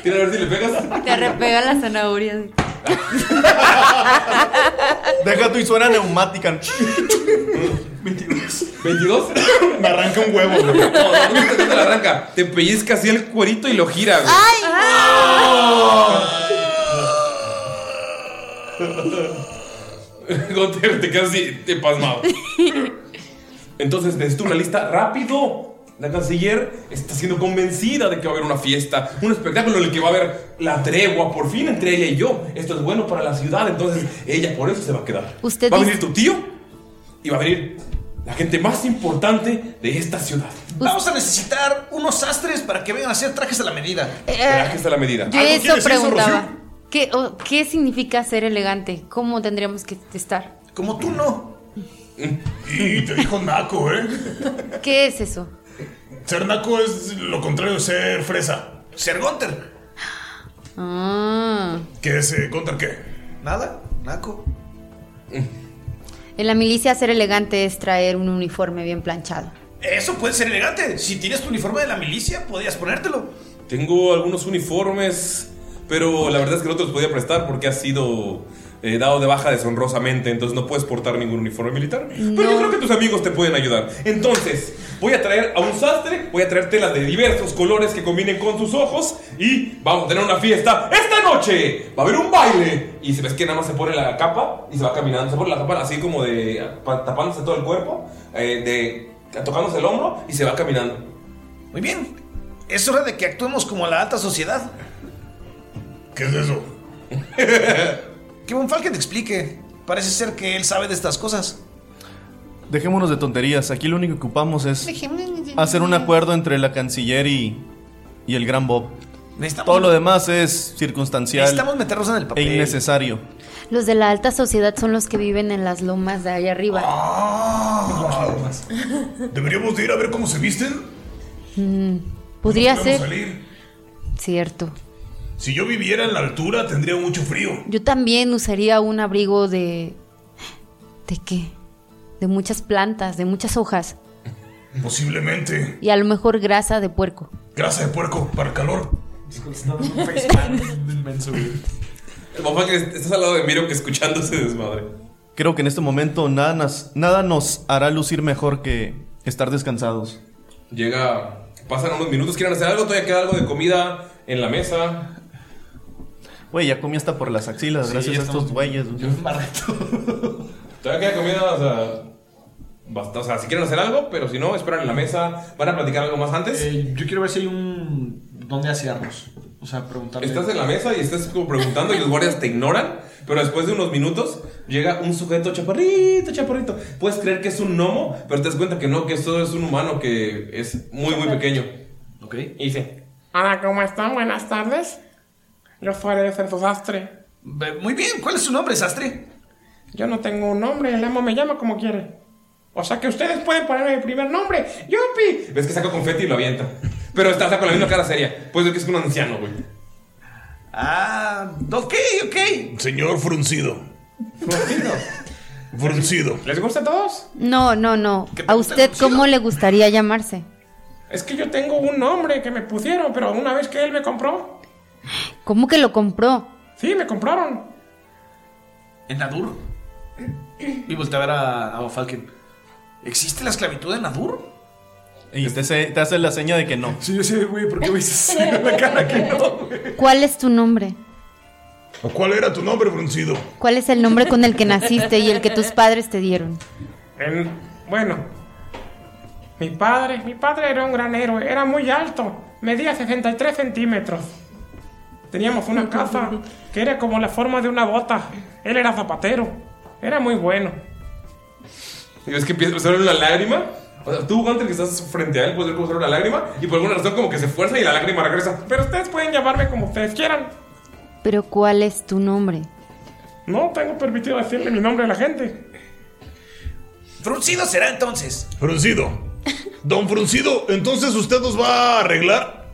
Speaker 1: Tira a ver si le pegas.
Speaker 5: Te repega la zanahoria.
Speaker 7: Deja tu y suena neumática.
Speaker 1: 22. ¿22?
Speaker 6: Me arranca un huevo, güey.
Speaker 1: No, no, no, no te la arranca. Te pellizca así el cuerito y lo gira, güey. Gunter, te quedas así, te pasmado. Entonces, necesito una lista rápido. La canciller está siendo convencida de que va a haber una fiesta, un espectáculo en el que va a haber la tregua por fin entre ella y yo. Esto es bueno para la ciudad, entonces ella por eso se va a quedar.
Speaker 5: Usted
Speaker 1: va a
Speaker 5: dice-
Speaker 1: venir tu tío y va a venir la gente más importante de esta ciudad.
Speaker 5: Pues-
Speaker 2: Vamos a necesitar unos sastres para que vengan a hacer trajes a la medida.
Speaker 1: Trajes a la
Speaker 2: Ah,
Speaker 1: medida.
Speaker 5: Eh, Yo eso preguntaba. ¿Qué, o- ¿Qué significa ser elegante? ¿Cómo tendríamos que estar?
Speaker 2: Como tú no.
Speaker 9: Y te dijo naco, ¿eh?
Speaker 5: ¿Qué es eso?
Speaker 9: Ser naco es lo contrario de ser fresa. Ser Gunter.
Speaker 5: Ah,
Speaker 9: ¿Qué es eh, Gunter qué?
Speaker 2: Nada, naco.
Speaker 5: en la milicia ser elegante es traer un uniforme bien planchado.
Speaker 2: Eso puede ser elegante. Si tienes tu uniforme de la milicia, podías ponértelo.
Speaker 1: Tengo algunos uniformes, pero la verdad es que no te los podía prestar porque has sido eh, dado de baja deshonrosamente, entonces no puedes portar ningún uniforme militar. Pero yo creo que tus amigos te pueden ayudar. Entonces, voy a traer a un sastre, voy a traer telas de diversos colores que combinen con tus ojos y vamos a tener una fiesta esta noche. Va a haber un baile. Y si ves que nada más se pone la capa y se va caminando, se pone la capa así como de pa- tapándose todo el cuerpo, eh, de tocándose el hombro y se va caminando.
Speaker 2: Muy bien. Es hora de que actuemos como la alta sociedad.
Speaker 9: ¿Qué es eso?
Speaker 2: Que Von Falken te explique. Parece ser que él sabe de estas cosas.
Speaker 7: Dejémonos de tonterías. Aquí lo único que ocupamos es hacer un acuerdo entre la canciller y, y el gran Bob. Todo lo demás es circunstancial.
Speaker 2: Necesitamos meternos en el papel.
Speaker 7: E innecesario.
Speaker 5: Los de la alta sociedad son los que viven en las lomas de allá arriba.
Speaker 6: Ah.
Speaker 9: Deberíamos de ir a ver cómo se visten.
Speaker 5: Mm, podría
Speaker 9: No podemos
Speaker 5: ser
Speaker 9: salir.
Speaker 5: cierto.
Speaker 9: Si yo viviera en la altura tendría mucho frío.
Speaker 5: Yo también usaría un abrigo de... ¿De qué? De muchas plantas, de muchas hojas.
Speaker 9: Posiblemente.
Speaker 5: Y a lo mejor grasa de puerco.
Speaker 9: Grasa de puerco para el calor.
Speaker 1: El papá que estás al lado de Miro que escuchando ese desmadre.
Speaker 7: Creo que en este momento nada nos, nada nos hará lucir mejor que estar descansados.
Speaker 1: Llega, pasan unos minutos, quieren hacer algo, todavía queda algo de comida en la mesa.
Speaker 7: Güey, ya comí hasta por las axilas,
Speaker 1: Sí,
Speaker 7: gracias
Speaker 1: ya
Speaker 7: a estos
Speaker 1: estamos-
Speaker 7: güeyes.
Speaker 1: Todavía queda comida, o sea, basta, o sea, si quieren hacer algo, pero si no, esperan en la mesa. ¿Van a platicar algo más antes?
Speaker 2: Eh, yo quiero ver si hay un. ¿Dónde asearnos? O sea, preguntarle.
Speaker 1: Estás en la mesa y estás como preguntando y los guardias te ignoran, pero después de unos minutos llega un sujeto chaparrito, chaparrito. Puedes creer que es un gnomo, pero te das cuenta que no, que eso es un humano que es muy, muy pequeño.
Speaker 2: Ok.
Speaker 1: Y dice,
Speaker 4: Hola, ¿cómo están? Buenas tardes. Yo soy el tu sastre.
Speaker 2: Muy bien, ¿cuál es su nombre, sastre?
Speaker 4: Yo no tengo un nombre, el amo me llama como quiere. O sea que ustedes pueden ponerme el primer nombre. ¡Yupi!
Speaker 1: ves que saca confeti y lo avienta. Pero está, está con la misma cara seria. Puedes ver que es un anciano, güey.
Speaker 2: Ah, ok, ok.
Speaker 9: Señor fruncido. Fruncido.
Speaker 4: ¿Les gusta a todos?
Speaker 5: No, no, no. ¿A usted cómo le gustaría llamarse?
Speaker 4: Es que yo tengo un nombre que me pusieron, pero una vez que él me compró.
Speaker 5: ¿Cómo que lo compró?
Speaker 4: Sí, me compraron.
Speaker 2: En Nadur. Y voltea a ver a, a Von Falken. ¿Existe la esclavitud en Nadur?
Speaker 7: Y te, se- te hace la seña de que no.
Speaker 2: Sí, sí, güey, ¿por qué me dices la cara que no?
Speaker 5: ¿Cuál es tu nombre?
Speaker 9: ¿O cuál era tu nombre, Broncido?
Speaker 5: ¿Cuál es el nombre con el que naciste y el que tus padres te dieron?
Speaker 4: En- bueno, mi padre, mi padre era un gran héroe, era muy alto, medía 63 centímetros. Teníamos una casa que era como la forma de una bota. Él era zapatero, era muy bueno.
Speaker 1: Y ves que empieza a salir una lágrima. O sea, tú, Gunter, que estás frente a él, puedes ver cómo sale una lágrima. Y por alguna razón, como que se fuerza y la lágrima regresa.
Speaker 4: Pero ustedes pueden llamarme como ustedes quieran.
Speaker 5: Pero ¿cuál es tu nombre?
Speaker 4: No tengo permitido decirle mi nombre a la gente.
Speaker 9: Fruncido será entonces. Fruncido. Don Fruncido, entonces usted nos va a arreglar.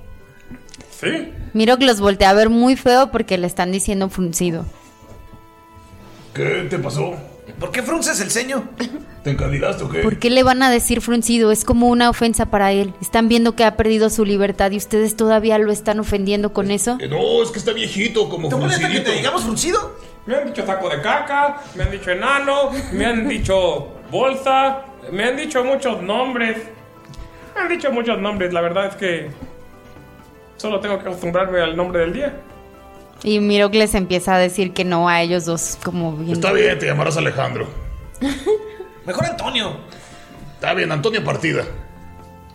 Speaker 4: Sí.
Speaker 5: Miro que los voltea a ver muy feo porque le están diciendo fruncido.
Speaker 9: ¿Qué te pasó?
Speaker 7: ¿Por qué frunces el ceño?
Speaker 9: ¿Te encandilaste o qué?
Speaker 5: ¿Por qué le van a decir fruncido? Es como una ofensa para él. Están viendo que ha perdido su libertad y ustedes todavía lo están ofendiendo con eso.
Speaker 9: Eh, No, es que está viejito como fruncidito.
Speaker 7: digamos fruncido?
Speaker 4: Me han dicho saco de caca, me han dicho enano, me han dicho bolsa, me han dicho muchos nombres. Me han dicho muchos nombres, la verdad es que solo tengo que acostumbrarme al nombre del día.
Speaker 5: Y Miro que les empieza a decir que no a ellos dos como bien.
Speaker 9: Está bien, te llamarás Alejandro.
Speaker 7: Mejor Antonio.
Speaker 9: Está bien, Antonio Partida.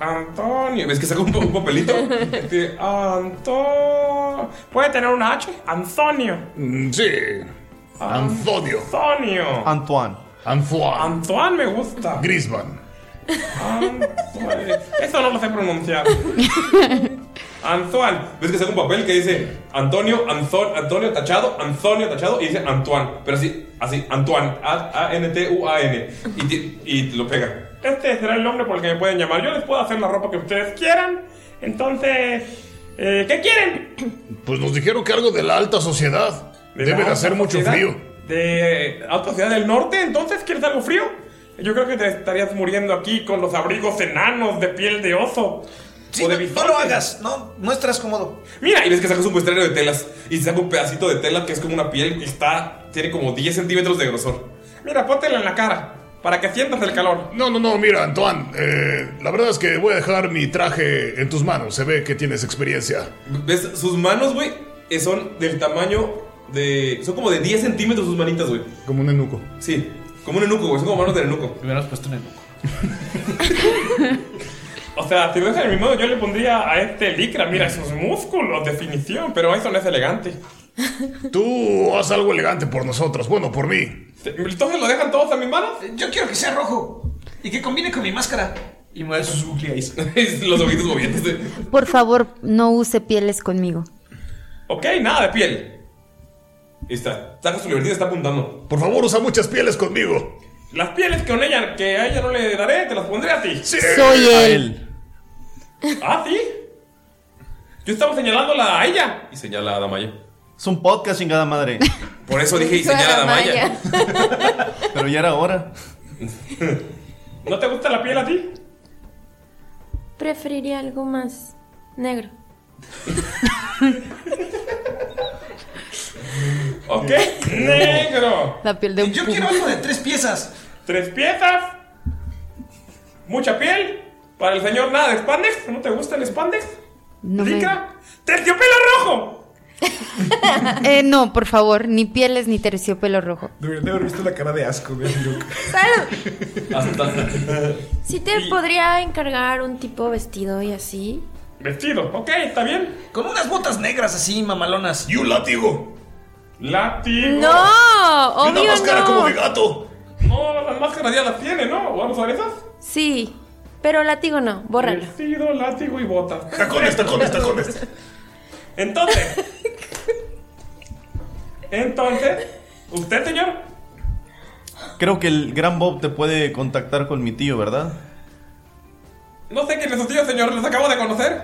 Speaker 4: Antonio.
Speaker 1: ¿Ves que saca un, un papelito?
Speaker 4: Este, Anto... ¿Puede tener una H? Antonio.
Speaker 9: Mm, Sí. Antonio.
Speaker 4: Antonio.
Speaker 7: Antoine.
Speaker 9: Antoine.
Speaker 4: Antoine me gusta.
Speaker 9: Grisman.
Speaker 4: Antoine. Eso no lo sé pronunciar.
Speaker 1: Antoine. ¿Ves que saca un papel que dice Antonio, Anzon- Antonio tachado, Antonio tachado y dice Antoine. Pero así, así, Antoine. A-N-T-U-A-N. Y, ti- y lo pega.
Speaker 4: Este será el nombre por el que me pueden llamar. Yo les puedo hacer la ropa que ustedes quieran. Entonces, eh, ¿qué quieren?
Speaker 9: Pues nos dijeron que algo de la alta sociedad. Debe de
Speaker 4: la
Speaker 9: hacer mucho
Speaker 4: sociedad?
Speaker 9: frío.
Speaker 4: ¿De alta ciudad del norte? Entonces, ¿quieres algo frío? Yo creo que te estarías muriendo aquí con los abrigos enanos de piel de oso. o de
Speaker 7: no lo hagas, no, no estarás cómodo.
Speaker 1: Mira, y ves que sacas un muestrario de telas. Y saca un pedacito de tela que es como una piel y está. Tiene como 10 centímetros de grosor.
Speaker 4: Mira, póntela en la cara para que sientas el calor.
Speaker 9: No, no, no, mira, Antoine, eh, la verdad es que voy a dejar mi traje en tus manos. Se ve que tienes experiencia.
Speaker 1: ¿Ves? Sus manos, güey, eh, son del tamaño de. Son como de 10 centímetros sus manitas, güey.
Speaker 6: Como un enuco.
Speaker 1: Sí, como un enuco, güey. Son como manos de enuco.
Speaker 7: Me hubieras puesto un enuco.
Speaker 4: O sea, si lo dejas de mi modo, yo le pondría a este licra, mira, sus músculos, definición. Pero eso no es elegante.
Speaker 9: Tú haz algo elegante por nosotros, bueno, por mí.
Speaker 4: ¿Entonces lo dejan todos a mis manos?
Speaker 7: Eh, Yo quiero que sea rojo y que combine con mi máscara. Y mueve sus bucle
Speaker 1: Los ojitos movientes.
Speaker 5: Por favor, no use pieles conmigo.
Speaker 1: Ok, nada de piel. Ahí está. Saca su libertad y está apuntando.
Speaker 9: Por favor, usa muchas pieles conmigo.
Speaker 4: Las pieles que, con ella, que a ella no le daré, te las pondré a ti.
Speaker 5: Soy
Speaker 4: A
Speaker 5: él.
Speaker 4: ¿Ah, sí? Yo estaba señalándola a ella.
Speaker 1: Y señala a Damaya.
Speaker 7: Es un podcast, chingada madre.
Speaker 1: Por eso dije y señala a Damaya.
Speaker 7: Pero ya era hora.
Speaker 4: ¿No te gusta la piel a ti?
Speaker 3: Preferiría algo más negro.
Speaker 4: Ok, negro.
Speaker 5: La piel de un
Speaker 4: Yo
Speaker 7: quiero algo de tres piezas.
Speaker 4: ¿Tres piezas? ¿Mucha piel? Para el señor nada de spandex. ¿No te gusta el spandex?
Speaker 5: No me-
Speaker 4: ¿Licra? ¡Terciopelo rojo!
Speaker 5: Eh, no, por favor, ni pieles ni terciopelo rojo.
Speaker 2: Debería de haber visto la cara de asco de Luke.
Speaker 3: Si te podría encargar un tipo vestido y así.
Speaker 4: Vestido, ok, está bien.
Speaker 7: Con unas botas negras así, mamalonas.
Speaker 9: Y un látigo.
Speaker 4: ¡Látigo!
Speaker 3: ¡No!
Speaker 4: Y
Speaker 3: ¡Obvio no!
Speaker 9: gato.
Speaker 4: No, las máscaras ya las tiene, ¿no? ¿Vamos a ver esas?
Speaker 3: Sí, pero látigo no, bórralo.
Speaker 4: Vestido, látigo y botas.
Speaker 9: Tacones, tacones, tacones.
Speaker 4: Entonces. Entonces, usted, señor,
Speaker 7: Creo que el gran Bob te puede contactar con mi tío, ¿verdad?
Speaker 4: no sé quién es su tío, señor, los acabo de conocer.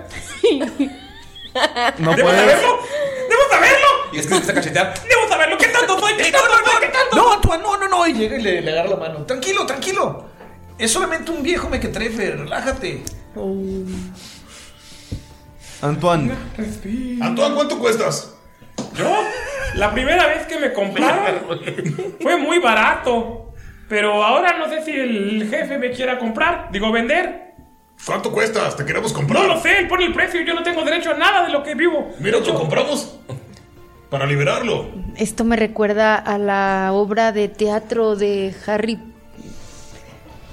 Speaker 7: No
Speaker 4: ¿Debo
Speaker 7: puedes.
Speaker 4: saberlo? ¡Debo saberlo!
Speaker 1: Y es que se empieza a cachetear.
Speaker 4: ¡Debo saberlo! ¿Qué tanto soy? ¿Qué tanto soy? ¿Qué tanto
Speaker 7: No, Antoine, no, no, no. Y llega y le, le agarra la mano. Tranquilo, tranquilo. Es solamente un viejo mequetrefe, relájate. Antoine.
Speaker 4: Respira.
Speaker 9: Antoine, ¿cuánto cuestas?
Speaker 4: ¿Yo? La primera vez que me compraron fue muy barato. Pero ahora no sé si el jefe me quiera comprar. Digo, vender.
Speaker 9: ¿Cuánto cuestas? Te queremos
Speaker 4: No lo
Speaker 9: comprar.
Speaker 4: sé, él pone el precio. Yo no tengo derecho a nada de lo que vivo.
Speaker 9: Mira, ¿lo compramos? para liberarlo.
Speaker 5: Esto me recuerda a la obra de teatro de Harry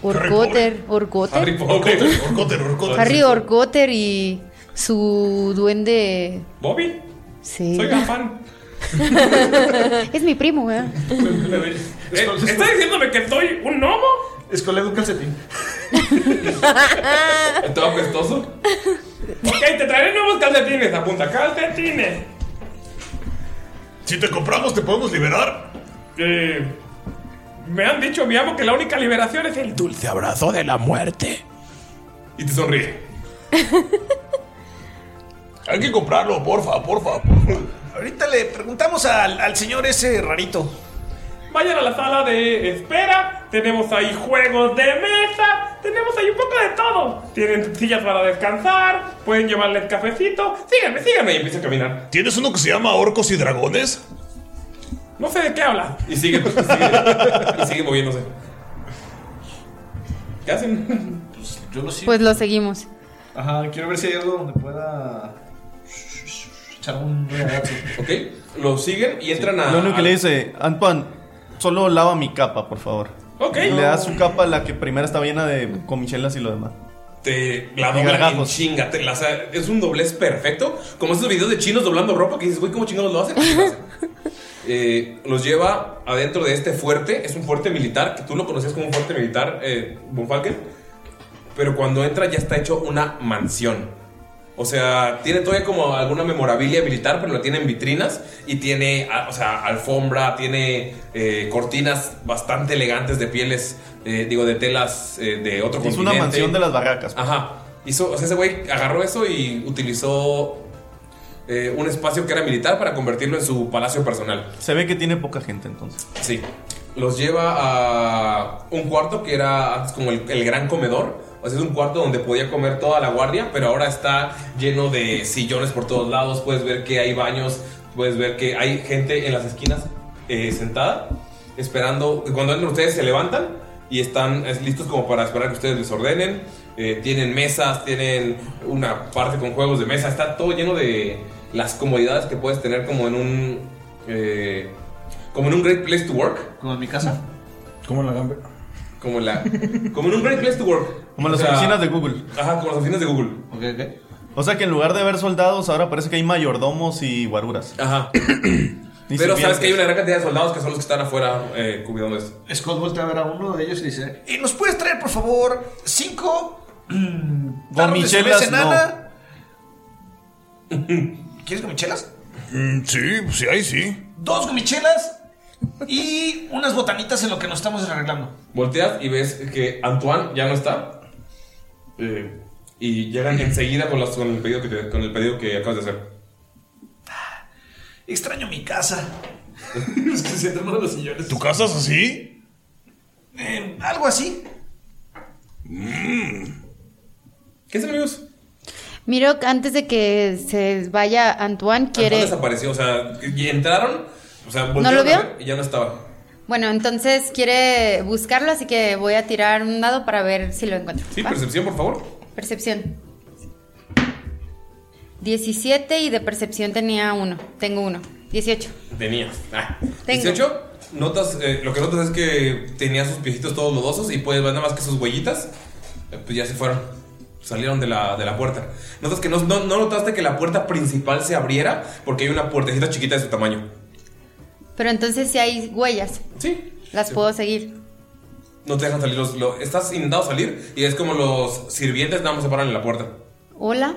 Speaker 5: Orcotter. Orcotter.
Speaker 9: Harry Potter. Orcotter, Orcotter.
Speaker 5: Harry Orcotter y su duende.
Speaker 1: ¿Bobby?
Speaker 5: Sí.
Speaker 1: Soy gran fan.
Speaker 5: es mi primo, ¿eh?
Speaker 1: Eh, ¿Estás diciéndome que soy un gnomo?
Speaker 2: Escolé un calcetín.
Speaker 1: ¿Todo apestoso? ok, te traeré nuevos calcetines. Apunta, calcetines.
Speaker 9: Si te compramos, ¿te podemos liberar?
Speaker 1: Eh, me han dicho, mi amo, que la única liberación es el dulce abrazo de la muerte. Y te sonríe.
Speaker 9: Hay que comprarlo, porfa, porfa.
Speaker 2: Ahorita le preguntamos al, al señor ese rarito.
Speaker 1: Vayan a la sala de espera. Tenemos ahí juegos de mesa. Tenemos ahí un poco de todo. Tienen sillas para descansar. Pueden llevarles cafecito. Síganme, síganme. Y empieza a caminar.
Speaker 9: ¿Tienes uno que se llama Orcos y Dragones?
Speaker 1: No sé de qué habla. Y sigue,
Speaker 2: pues,
Speaker 1: y sigue, y sigue moviéndose. ¿Qué hacen? Pues yo lo
Speaker 5: Pues lo seguimos.
Speaker 2: Ajá, quiero ver si hay algo donde pueda echar un regazo.
Speaker 1: Ok, lo siguen y entran a.
Speaker 7: Lo único que le dice, Antoine, solo lava mi capa, por favor.
Speaker 1: Ok.
Speaker 7: Y le da su capa, la que primera estaba llena de comichelas y lo demás.
Speaker 1: Te
Speaker 7: Y
Speaker 1: la doblan en
Speaker 7: gargajos.
Speaker 1: chinga. te la- o sea, es un doblez perfecto. Como esos videos de chinos doblando ropa que dices, güey, ¿cómo chingados lo hacen? Pues lo hacen. Eh, los lleva adentro de este fuerte. Es un fuerte militar que tú lo conocías como un fuerte militar, eh, Von Falken. Pero cuando entra ya está hecho una mansión. O sea, tiene todavía como alguna memorabilia militar, pero la tiene en vitrinas y tiene, ah, o sea, alfombra, tiene eh, cortinas bastante elegantes de pieles, eh, digo, de telas eh, de otro
Speaker 7: Es una
Speaker 1: continente.
Speaker 7: mansión de las barracas. pues.
Speaker 1: Ajá. Hizo, o sea, ese güey agarró eso y utilizó eh, un espacio que era militar para convertirlo en su palacio personal.
Speaker 7: Se ve que tiene poca gente entonces.
Speaker 1: Sí. Los lleva a un cuarto que era antes como el, el gran comedor. O sea, es un cuarto donde podía comer toda la guardia, pero ahora está lleno de sillones por todos lados. Puedes ver que hay baños, puedes ver que hay gente en las esquinas eh, sentada, esperando. Cuando entran ustedes se levantan y están es, listos como para esperar que ustedes les ordenen. Eh, tienen mesas, tienen una parte con juegos de mesa. Está todo lleno de las comodidades que puedes tener como en un... eh, como en un great place to work.
Speaker 2: Como en mi casa.
Speaker 1: Como en la gambe. Como en la. Como en un great place to work.
Speaker 7: Como en las
Speaker 1: O sea,
Speaker 7: oficinas de Google.
Speaker 1: Ajá, como las oficinas de Google.
Speaker 7: O sea que en lugar de haber soldados, ahora parece que hay mayordomos y guaruras.
Speaker 1: Ajá. Pero
Speaker 7: sirvientes.
Speaker 1: sabes que hay una gran cantidad de soldados que son los que están afuera eh, cuidando esto.
Speaker 2: Scott voltea a ver a uno de ellos y dice: "Eh, ¿Nos puedes traer, por favor, cinco mm, tarros de
Speaker 7: Gomichelas,
Speaker 2: cerveza enana?" ¿Quieres gomichelas?
Speaker 9: Mm, sí, pues sí, ahí sí.
Speaker 2: Dos gomichelas y unas botanitas en lo que nos estamos arreglando.
Speaker 1: Volteas y ves que Antoine ya no está. Eh, y llegan enseguida con, las- con el pedido que te- con el pedido que acabas de hacer.
Speaker 2: Extraño mi casa. es que se entran los señores.
Speaker 9: ¿Tu casa es así?
Speaker 2: Eh, algo así.
Speaker 1: Mm. ¿Qué es, amigos?
Speaker 5: Miro, antes de que se vaya Antoine, quiere...
Speaker 1: Antoine desapareció. O sea, y entraron. O sea, voltearon
Speaker 5: lo
Speaker 1: a
Speaker 5: vio?
Speaker 1: ver Y ya no estaba.
Speaker 5: Bueno, entonces quiere buscarlo, así que voy a tirar un dado para ver si lo encuentro.
Speaker 1: Sí,
Speaker 5: ¿va?
Speaker 1: percepción, por favor.
Speaker 5: Percepción. 17 y de percepción tenía uno. Tengo uno. 18.
Speaker 1: Tenía. Ah.
Speaker 5: Tengo.
Speaker 1: 18. Notas, eh, lo que notas es que tenía sus piecitos todos lodosos y puedes ver nada más que sus huellitas, eh, pues ya se fueron. Salieron de la, de la puerta. Notas que no, no, no notaste que la puerta principal se abriera porque hay una puertecita chiquita de su tamaño.
Speaker 5: Pero entonces si hay huellas.
Speaker 1: Sí.
Speaker 5: Las
Speaker 1: Sí.
Speaker 5: puedo seguir.
Speaker 1: No te dejan salir los. lo- estás intentado salir y es como los sirvientes nada más se paran en la puerta.
Speaker 5: Hola.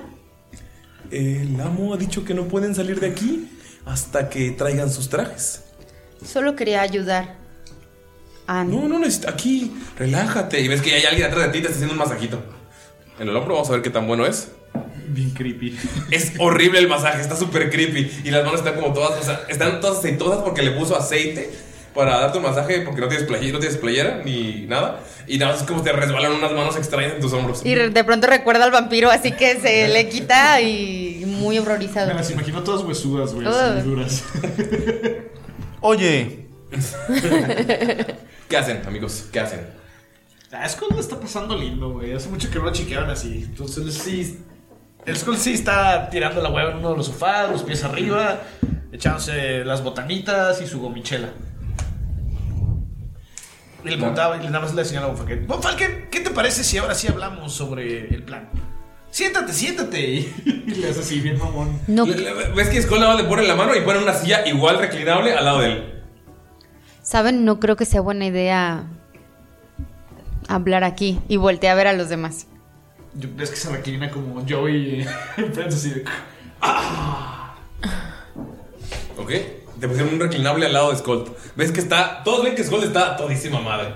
Speaker 1: El amo ha dicho que no pueden salir de aquí hasta que traigan sus trajes.
Speaker 5: Solo quería ayudar. Ah,
Speaker 1: No, no, está aquí. Relájate. Y ves que hay alguien atrás de ti te está haciendo un masajito. En el hombro vamos a ver qué tan bueno es.
Speaker 2: Bien creepy.
Speaker 1: Es horrible el masaje, está súper creepy. Y las manos están como todas, o sea, están todas aceitosas porque le puso aceite para darte un masaje porque no tienes playera, no tienes playera ni nada. Y nada más es como te resbalan unas manos extrañas en tus hombros.
Speaker 5: Y re- de pronto recuerda al vampiro, así que se le quita y muy horrorizado.
Speaker 2: Me las imagino todas huesudas, güey,
Speaker 5: así, Ugh.
Speaker 2: duras.
Speaker 7: Oye.
Speaker 1: ¿Qué hacen, amigos? ¿Qué hacen?
Speaker 2: Skull lo está pasando lindo, güey. Hace mucho que no lo chequearon así. Entonces, sí. El Skull sí está tirando la hueva en uno de los sofás, los pies arriba. echándose las botanitas y su gomichela. Y le preguntaba, y nada más le señalaba a Bonfalken, Bonfalken, ¿qué te parece si ahora sí hablamos sobre el plan? Siéntate, siéntate. Y le hace así, bien mamón.
Speaker 5: No.
Speaker 1: ¿Ves que Skull nada más le pone la mano y pone una silla igual reclinable al lado de él?
Speaker 5: Saben, no creo que sea buena idea hablar aquí y voltear a ver a los demás.
Speaker 2: Yo- Es que se reclina como Joey eh, en Friends, así de. "Ah,
Speaker 1: ¿Ok? Te pusieron un reclinable al lado de Skull. ¿Ves que está.? Todos ven que Skull está todísima madre.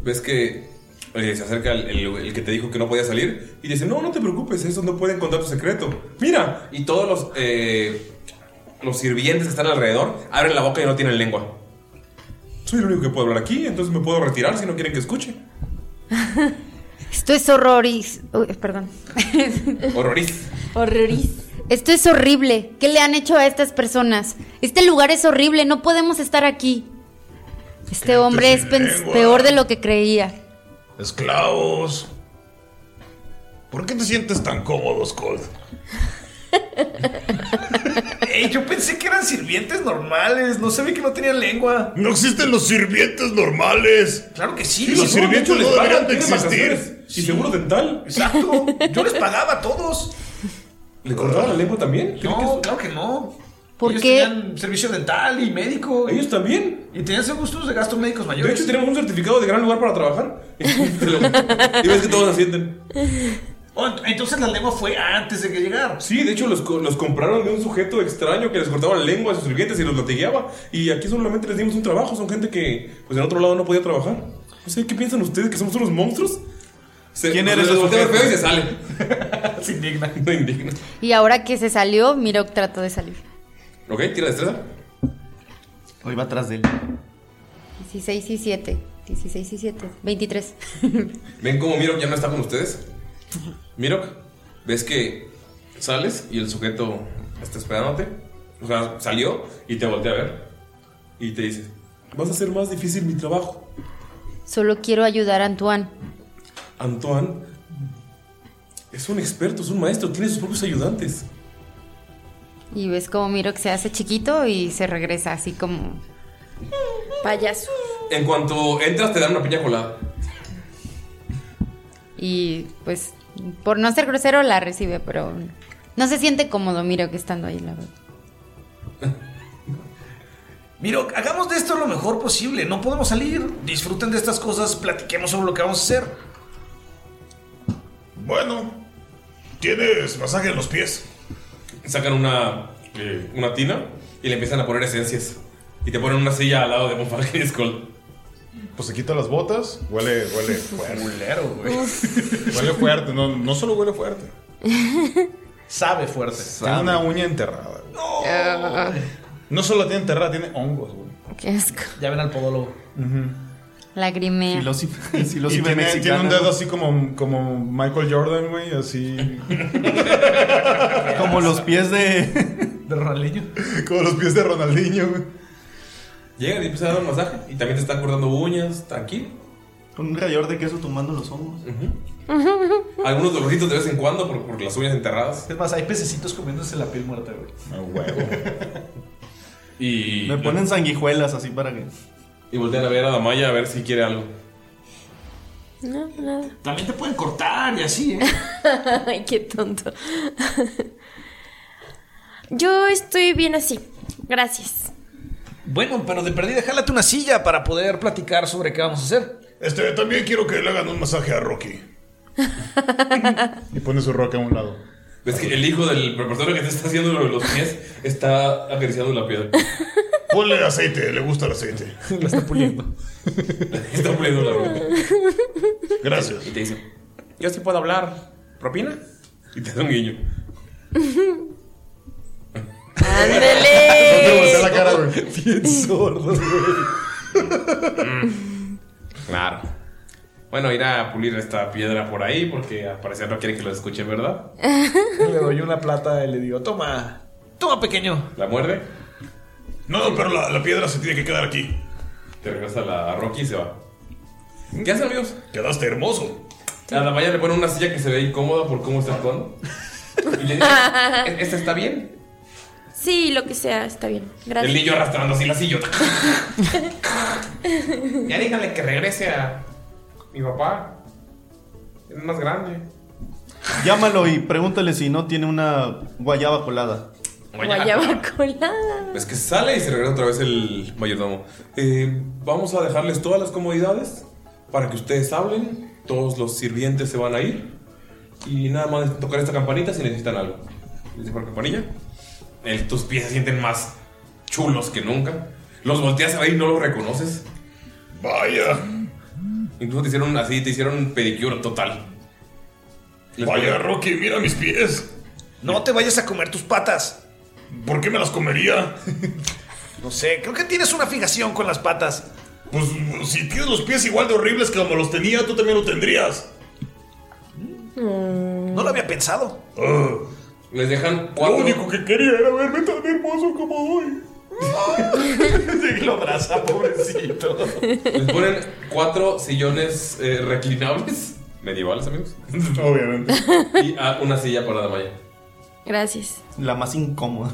Speaker 1: ¿Ves que.? eh, se acerca el, el- el que te dijo que no podía salir y dice: No, no te preocupes, esos no pueden contar tu secreto. Mira, y todos los eh, los sirvientes que están alrededor abren la boca y no tienen lengua. Soy el único que puede hablar aquí, entonces me puedo retirar si no quieren que escuche.
Speaker 5: Esto es horroris. Uy, perdón.
Speaker 1: Horroriz.
Speaker 5: Horroris. Esto es horrible. ¿Qué le han hecho a estas personas? Este lugar es horrible. No podemos estar aquí. Este hombre es pen-
Speaker 9: lengua.
Speaker 5: peor de lo que creía.
Speaker 9: Esclavos. ¿Por qué te sientes tan cómodo, Skull?
Speaker 2: Ey, yo pensé que eran sirvientes normales. No sabía que no tenían lengua.
Speaker 9: No existen los sirvientes normales.
Speaker 2: Claro que sí.
Speaker 9: Y los
Speaker 2: seguro
Speaker 9: sirvientes
Speaker 2: mucho
Speaker 9: no
Speaker 2: les pagan,
Speaker 9: deberían de
Speaker 2: tienen
Speaker 9: existir.
Speaker 2: vacaciones.
Speaker 1: Y seguro dental.
Speaker 2: Exacto. Yo les pagaba a todos.
Speaker 1: ¿Le cortaron la lengua también?
Speaker 2: No, claro que no.
Speaker 5: ¿Por
Speaker 2: Ellos
Speaker 5: qué?
Speaker 2: tenían servicio dental y médico.
Speaker 1: Ellos también.
Speaker 2: Y tenían seguros de gastos médicos
Speaker 1: De
Speaker 2: mayores.
Speaker 1: hecho, tenemos un certificado de gran lugar para trabajar. y ves que todos asienten.
Speaker 2: Oh, ent- entonces la lengua fue antes de que llegara.
Speaker 1: Sí, de hecho los, co- los compraron de un sujeto extraño que les cortaba la lengua a sus sirvientes y los latigueaba. Y aquí solamente les dimos un trabajo. Son gente que, pues en otro lado no podía trabajar. No sé, ¿qué piensan ustedes? ¿Que somos unos monstruos? Se-
Speaker 2: ¿Quién
Speaker 1: se
Speaker 2: eres
Speaker 1: les
Speaker 2: ese
Speaker 1: voltea a ver
Speaker 2: sujeto?
Speaker 1: feo y se sale. se indigna. Se indigna.
Speaker 5: Y ahora que se salió, Mirok trató de salir.
Speaker 1: Ok, tira destreza.
Speaker 2: Hoy va atrás de él.
Speaker 5: 16 y 7. 16 y 7. 23.
Speaker 1: Ven cómo Mirok ya no está con ustedes. Mirok, ves que sales y el sujeto está esperándote. O sea, salió y te voltea a ver. Y te dice, vas a hacer más difícil mi trabajo.
Speaker 5: Solo quiero ayudar a Antoine.
Speaker 1: Antoine es un experto, es un maestro, tiene sus propios ayudantes.
Speaker 5: Y ves como Mirok se hace chiquito y se regresa así como...
Speaker 3: Payaso.
Speaker 1: En cuanto entras te dan una piña colada.
Speaker 5: Y pues, por no ser grosero, la recibe, pero no se siente cómodo Mirok estando ahí, la verdad.
Speaker 2: Miro, hagamos de esto lo mejor posible. No podemos salir. Disfruten de estas cosas. Platiquemos sobre lo que vamos a hacer.
Speaker 9: Bueno, tienes masaje en los pies.
Speaker 1: Sacan una, eh, una tina y le empiezan a poner esencias. Y te ponen una silla al lado de Bonfalken y Skull.
Speaker 6: Pues se quita las botas. Huele, huele fuerte.
Speaker 2: güey.
Speaker 6: Huele fuerte. No, no solo huele fuerte.
Speaker 2: Sabe fuerte.
Speaker 6: Tiene una uña enterrada. güey. No solo la tiene enterrada, tiene hongos, güey.
Speaker 5: Qué asco.
Speaker 2: Ya ven al podólogo.
Speaker 5: Lagrimea.
Speaker 6: y tiene, tiene un dedo así como, como Michael Jordan, güey, así.
Speaker 7: como los pies de.
Speaker 2: de Ronaldinho.
Speaker 6: Como los pies de Ronaldinho, güey.
Speaker 1: Llegan y empiezan a dar un masaje. Y también te están cortando uñas, tranquilo.
Speaker 7: Con un rallador de queso tomando los hongos.
Speaker 1: Algunos doloritos de vez en cuando por, por las uñas enterradas.
Speaker 2: Es más, hay pececitos comiéndose la piel muerta, güey.
Speaker 1: Y.
Speaker 7: Me ponen sanguijuelas así para que.
Speaker 1: Y voltean a ver a Damaya a ver si quiere algo.
Speaker 3: No, nada.
Speaker 2: También te pueden cortar y así, ¿eh?
Speaker 3: Ay, qué tonto. Yo estoy bien así. Gracias.
Speaker 2: Bueno, pero de perdida, jálate una silla para poder platicar sobre qué vamos a hacer.
Speaker 9: Este, también quiero que le hagan un masaje a Rocky.
Speaker 6: Y pone su roca a un lado.
Speaker 1: Ves que el hijo del preparatorio que te está haciendo lo de los pies está acariciando la piedra.
Speaker 9: Ponle aceite, le gusta el aceite.
Speaker 2: La está puliendo.
Speaker 1: está puliendo la ropa.
Speaker 9: Gracias.
Speaker 1: Y te dice: Yo sí puedo hablar. ¿Propina? Y te da un guiño.
Speaker 6: Te
Speaker 3: ¡Ándele!
Speaker 6: voltea la cara, güey.
Speaker 2: Bien sordo, güey.
Speaker 3: Mm,
Speaker 1: Claro. Bueno, ir a pulir esta piedra por ahí porque al parecer no quiere que lo escuche, ¿verdad?
Speaker 2: Le doy una plata y le digo, toma, toma pequeño.
Speaker 1: La muerde,
Speaker 9: No, pero la, la piedra se tiene que quedar aquí.
Speaker 1: te regresa la Rocky y se va. ¿Qué hacen, amigos?
Speaker 9: Quedaste hermoso.
Speaker 1: A la Maya le pone una silla que se ve incómoda por cómo está actuando. Y le dice, "¿E- ¿esta está bien?
Speaker 3: Sí, lo que sea, está bien.
Speaker 1: El
Speaker 3: Gracias.
Speaker 1: niño arrastrando así la sillota.
Speaker 4: Ya díganle que regrese a mi papá. Es más grande.
Speaker 7: Llámalo y pregúntale si no tiene una guayaba colada.
Speaker 3: Guayaba colada.
Speaker 1: Es que sale y se regresa otra vez el mayordomo. Eh, vamos a dejarles todas las comodidades para que ustedes hablen. Todos los sirvientes se van a ir. Y nada más tocar esta campanita si necesitan algo. Les dejo la campanilla. El- tus pies se sienten más chulos que nunca. Los volteas a ver y no los reconoces. Vaya. Incluso te hicieron así, te hicieron pedicure total.
Speaker 9: Vaya, Rocky, mira mis pies.
Speaker 2: No te vayas a comer tus patas.
Speaker 9: ¿Por qué me las comería?
Speaker 2: No sé, creo que tienes una fijación con las patas.
Speaker 9: Pues si tienes los pies igual de horribles que como los tenía, tú también lo tendrías.
Speaker 2: No lo había pensado.
Speaker 9: Ah,
Speaker 1: Les dejan cuatro. Lo único
Speaker 9: que quería era verme tan hermoso como hoy.
Speaker 2: Sí, lo abraza, pobrecito.
Speaker 1: Les ponen cuatro sillones eh, reclinables. Medievales, amigos.
Speaker 9: Obviamente.
Speaker 1: Y ah, una silla para Damaya.
Speaker 3: Gracias.
Speaker 7: La más incómoda.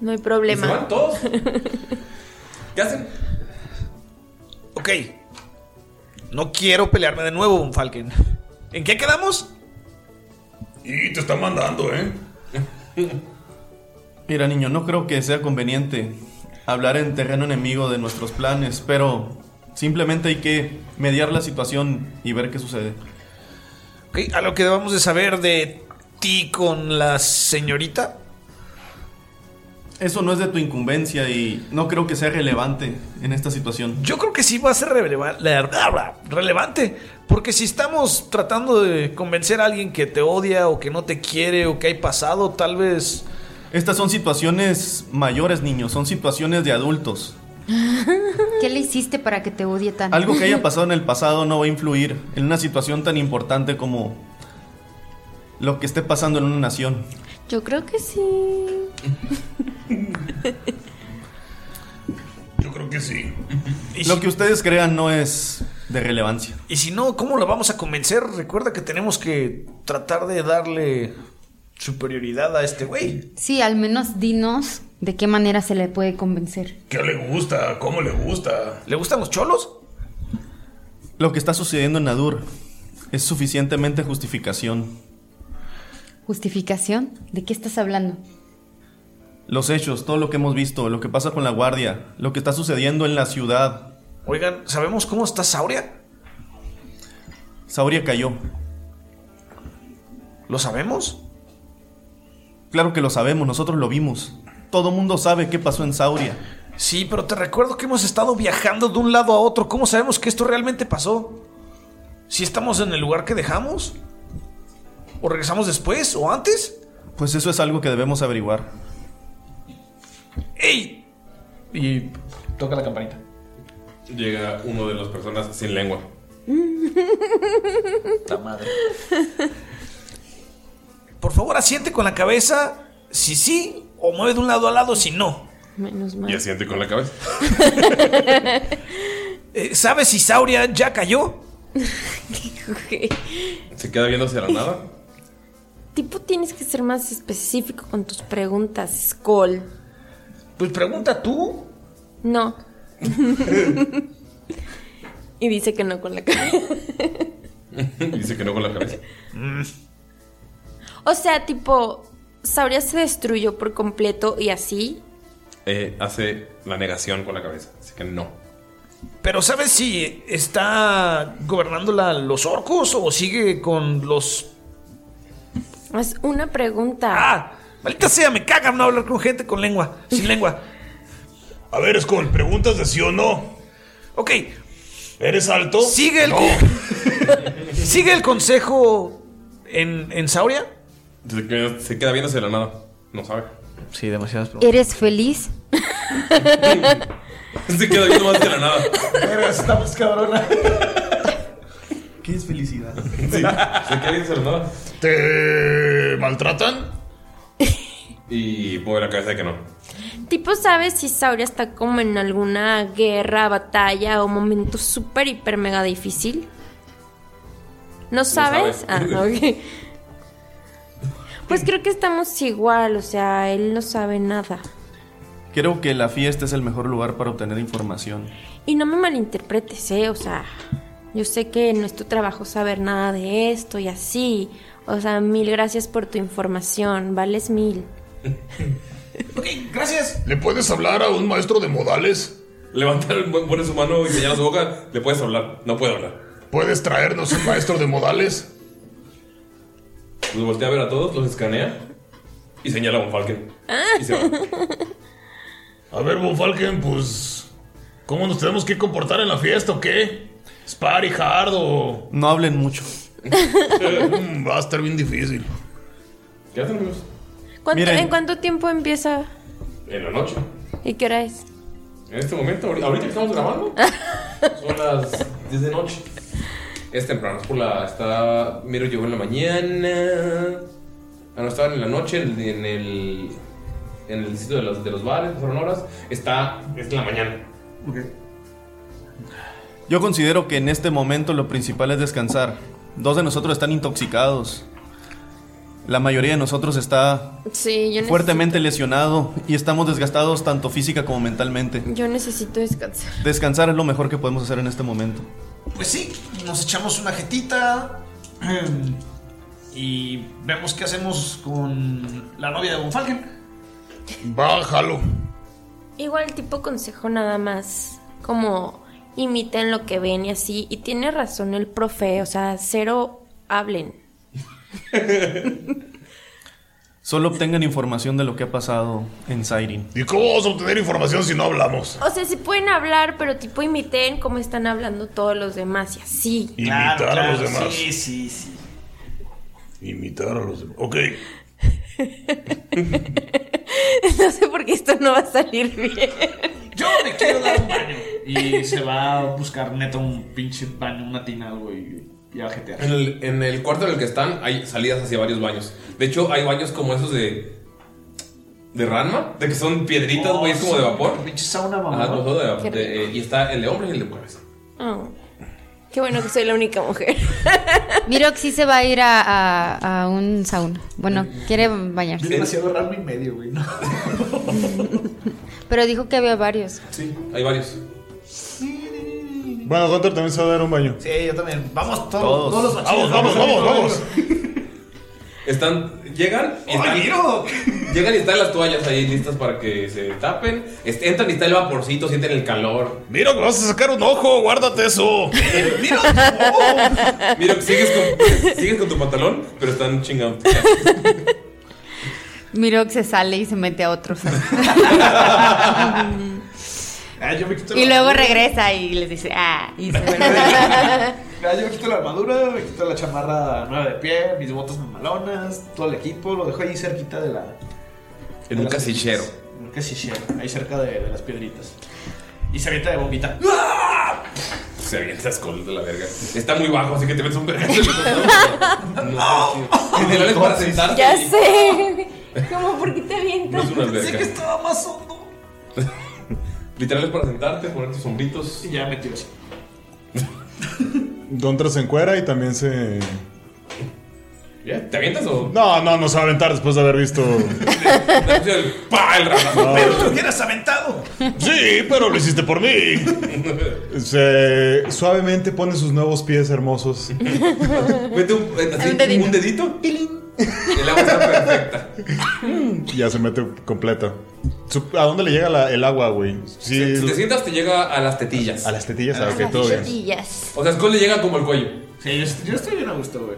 Speaker 3: No hay problema.
Speaker 1: ¿Y se van todos? ¿Qué hacen?
Speaker 2: Ok. No quiero pelearme de nuevo, un Falken. ¿En qué quedamos?
Speaker 9: Y te está mandando, ¿eh?
Speaker 7: Mira, niño, no creo que sea conveniente hablar en terreno enemigo de nuestros planes, pero simplemente hay que mediar la situación y ver qué sucede.
Speaker 2: Ok, a lo que debamos de saber de ti con la señorita.
Speaker 7: Eso no es de tu incumbencia y no creo que sea relevante en esta situación.
Speaker 2: Yo creo que sí va a ser releva- la- la- la- relevante. Porque si estamos tratando de convencer a alguien que te odia o que no te quiere o que hay pasado, tal vez...
Speaker 7: Estas son situaciones mayores, niños, son situaciones de adultos.
Speaker 5: ¿Qué le hiciste para que te odie tanto?
Speaker 7: Algo que haya pasado en el pasado no va a influir en una situación tan importante como lo que esté pasando en una nación.
Speaker 3: Yo creo que sí.
Speaker 9: Yo creo que sí.
Speaker 7: Lo que ustedes crean no es de relevancia.
Speaker 2: Y si no, ¿cómo la vamos a convencer? Recuerda que tenemos que tratar de darle superioridad a este güey.
Speaker 5: Sí, al menos dinos de qué manera se le puede convencer.
Speaker 9: ¿Qué le gusta? ¿Cómo le gusta?
Speaker 2: ¿Le gustan los cholos?
Speaker 7: Lo que está sucediendo en Nadur es suficientemente justificación.
Speaker 5: ¿Justificación? ¿De qué estás hablando?
Speaker 7: Los hechos, todo lo que hemos visto, lo que pasa con la guardia, lo que está sucediendo en la ciudad.
Speaker 2: Oigan, ¿sabemos cómo está Sauria?
Speaker 7: Sauria cayó.
Speaker 2: ¿Lo sabemos?
Speaker 7: Claro que lo sabemos, nosotros lo vimos. Todo mundo sabe qué pasó en Sauria.
Speaker 2: Sí, pero te recuerdo que hemos estado viajando de un lado a otro. ¿Cómo sabemos que esto realmente pasó? ¿Si estamos en el lugar que dejamos? ¿O regresamos después? ¿O antes?
Speaker 7: Pues eso es algo que debemos averiguar.
Speaker 2: ¡Ey! Y toca la campanita.
Speaker 1: Llega uno de las personas sin lengua.
Speaker 2: madre. Por favor, asiente con la cabeza si sí o mueve de un lado a lado si no.
Speaker 3: Menos
Speaker 1: Y asiente con la cabeza.
Speaker 2: Eh, ¿Sabes si Sauria ya cayó?
Speaker 1: Se queda viendo hacia la nada.
Speaker 3: Tipo, tienes que ser más específico con tus preguntas, Skull.
Speaker 2: Pues pregunta tú.
Speaker 3: No. y dice que no con la cara.
Speaker 1: Dice que no con la cabeza.
Speaker 7: Mm.
Speaker 3: O sea, tipo, Sauria se destruyó por completo y así.
Speaker 1: Eh, hace la negación con la cabeza. Así que no.
Speaker 2: Pero ¿sabes si está gobernándola los orcos o sigue con los...
Speaker 3: Es una pregunta.
Speaker 2: Ah, maldita sea, me cagan no hablar con gente con lengua, sin lengua.
Speaker 9: A ver, Skull, preguntas de sí o no.
Speaker 2: Ok.
Speaker 9: ¿Eres alto?
Speaker 2: ¿Sigue el, ¿sigue el consejo en, en Sauria?
Speaker 1: Se queda, se queda viendo hacia la nada. No sabe.
Speaker 7: Sí, demasiadas
Speaker 5: ¿Eres feliz?
Speaker 1: Se queda viendo más hacia la nada.
Speaker 2: Estamos cabrona.
Speaker 7: ¿Qué es felicidad?
Speaker 1: Sí, se queda viendo hacia la nada.
Speaker 9: ¿Te maltratan?
Speaker 1: Y mueve la cabeza de que no.
Speaker 3: Tipo, ¿sabes si Sauria está como en alguna guerra, batalla o momento súper, hiper, mega difícil? ¿No sabes?
Speaker 1: sabe.
Speaker 3: Ah, ok. Pues creo que estamos igual, o sea, él no sabe nada.
Speaker 7: Creo que la fiesta es el mejor lugar para obtener información.
Speaker 3: Y no me malinterpretes, ¿eh? O sea, yo sé que no es tu trabajo saber nada de esto y así. O sea, mil gracias por tu información, vales mil.
Speaker 9: Gracias. ¿Le puedes hablar a un maestro de modales?
Speaker 1: Levanta, el- pone su mano y señala su boca. Le puedes hablar. No puede hablar.
Speaker 9: ¿Puedes traernos un maestro de modales?
Speaker 1: Los voltea a ver a todos, los escanea y señala a un Falken.
Speaker 9: A ver, Bonfalken, pues. ¿Cómo nos tenemos que comportar en la fiesta o qué? ¿Spar y hard o.?
Speaker 7: No hablen mucho.
Speaker 9: Mm, Va a estar bien difícil.
Speaker 1: ¿Qué hacen, amigos?
Speaker 3: ¿Cuánto-
Speaker 9: Miren.
Speaker 3: ¿En cuánto tiempo empieza?
Speaker 1: En la noche.
Speaker 3: ¿Y qué hora es?
Speaker 1: En este momento, ahorita, ahorita que estamos grabando, son las 10 de noche. Es temprano, es por la. Está. Miro llegó en la mañana. Ah, no, estaban en la noche, en, en el. En el sitio de los, de los bares, fueron horas. Está. Es en la mañana.
Speaker 7: Yo considero que en este momento lo principal es descansar. Dos de nosotros están intoxicados. La mayoría de nosotros está
Speaker 3: Sí, yo necesito,
Speaker 7: fuertemente lesionado y estamos desgastados tanto física como mentalmente.
Speaker 3: yo necesito descansar.
Speaker 7: Descansar es lo mejor que podemos hacer en este momento.
Speaker 2: Pues sí, nos echamos una jetita em, y vemos qué hacemos con la novia de Bonfalken.
Speaker 9: Bájalo.
Speaker 3: Igual tipo consejo nada más, como imiten lo que ven y así. Y tiene razón el profe, o sea, cero hablen.
Speaker 7: Solo obtengan información de lo que ha pasado en Siren.
Speaker 9: ¿Y cómo vamos a obtener información si no hablamos?
Speaker 3: O sea, sí pueden hablar, pero tipo imiten cómo están hablando todos los demás y así.
Speaker 9: Imitar a los demás.
Speaker 2: Sí, sí, sí.
Speaker 9: Imitar a los demás. Ok.
Speaker 3: No sé por qué esto no va a salir bien.
Speaker 2: Yo me quiero dar un baño. Y se va a buscar neta un pinche baño, una tina, güey, y va a jetear.
Speaker 1: En el, en el cuarto en el que están hay salidas hacia varios baños. De hecho, hay baños como esos de. de Ranma, de que son piedritas, güey, es como de vapor.
Speaker 2: Pinche sauna, mamá.
Speaker 1: Ajá, no, solo de vapor.
Speaker 3: Qué
Speaker 1: De- eh, y está el de hombres y el de mujeres.
Speaker 3: Oh, Qué bueno que soy la única mujer.
Speaker 5: Mirox sí se va a ir a, a- a un sauna. Bueno, quiere bañarse.
Speaker 2: Es demasiado raro y medio, güey. ¿no?
Speaker 5: Pero dijo que había varios.
Speaker 1: Sí, hay varios.
Speaker 6: Bueno, Gunter también se va a dar un baño.
Speaker 2: Sí, yo también. Vamos todos.
Speaker 6: Todos.
Speaker 2: todos los
Speaker 6: Vamos, vamos, vamos, vamos.
Speaker 1: Están, llegan y están, llegan y están las toallas ahí listas para que se tapen. Este, entran y está el vaporcito, sienten el calor.
Speaker 9: Mira, que vas a sacar un ojo, guárdate eso.
Speaker 1: Mira, sigues con, sigues con tu pantalón, pero están chingando.
Speaker 7: oh.
Speaker 5: Mirox se sale y se mete a otro sauna.
Speaker 2: Ah, yo me quito la
Speaker 5: y luego
Speaker 2: armadura.
Speaker 5: regresa y les dice, ah, y se
Speaker 2: Ah, yo me quito la armadura, me quito la chamarra nueva de pie, mis botas mamalonas, todo el equipo, lo dejo ahí cerquita de la.
Speaker 1: En un casillero.
Speaker 2: En un casillero, ahí cerca de, de las piedritas. Y se avienta de bombita.
Speaker 1: Se avientas con de la verga. Está muy bajo, así que te metes un verga. No, literal es para sentarte.
Speaker 3: Ya
Speaker 1: y-
Speaker 3: sé. Como, ¿por qué te
Speaker 1: No
Speaker 3: avientas?
Speaker 1: es una alberca.
Speaker 2: estaba más hondo.
Speaker 1: Literal es para sentarte, poner tus sombritos. Y
Speaker 2: ya me tiro así.
Speaker 6: Gunter se encuera y también se.
Speaker 1: ¿Te avientas o.?
Speaker 6: No, no, nos va a aventar después de haber visto.
Speaker 1: El, pa, el ramazo.
Speaker 6: Pero te
Speaker 2: hubieras aventado.
Speaker 6: Sí, pero lo hiciste por mí. Se suavemente pone sus nuevos pies hermosos.
Speaker 1: Mete un, eh, así,
Speaker 5: Un dedito.
Speaker 1: un dedito. El agua está perfecta.
Speaker 6: Ya se mete completa. Su- ¿A dónde le llega la- el agua, güey? Sí.
Speaker 1: Si te sientas, te llega a las tetillas. A
Speaker 6: las tetillas, ah, ok, todo bien.
Speaker 1: O sea, Skull le llega como el cuello.
Speaker 2: Sí, yo, yo estoy bien a gusto, güey.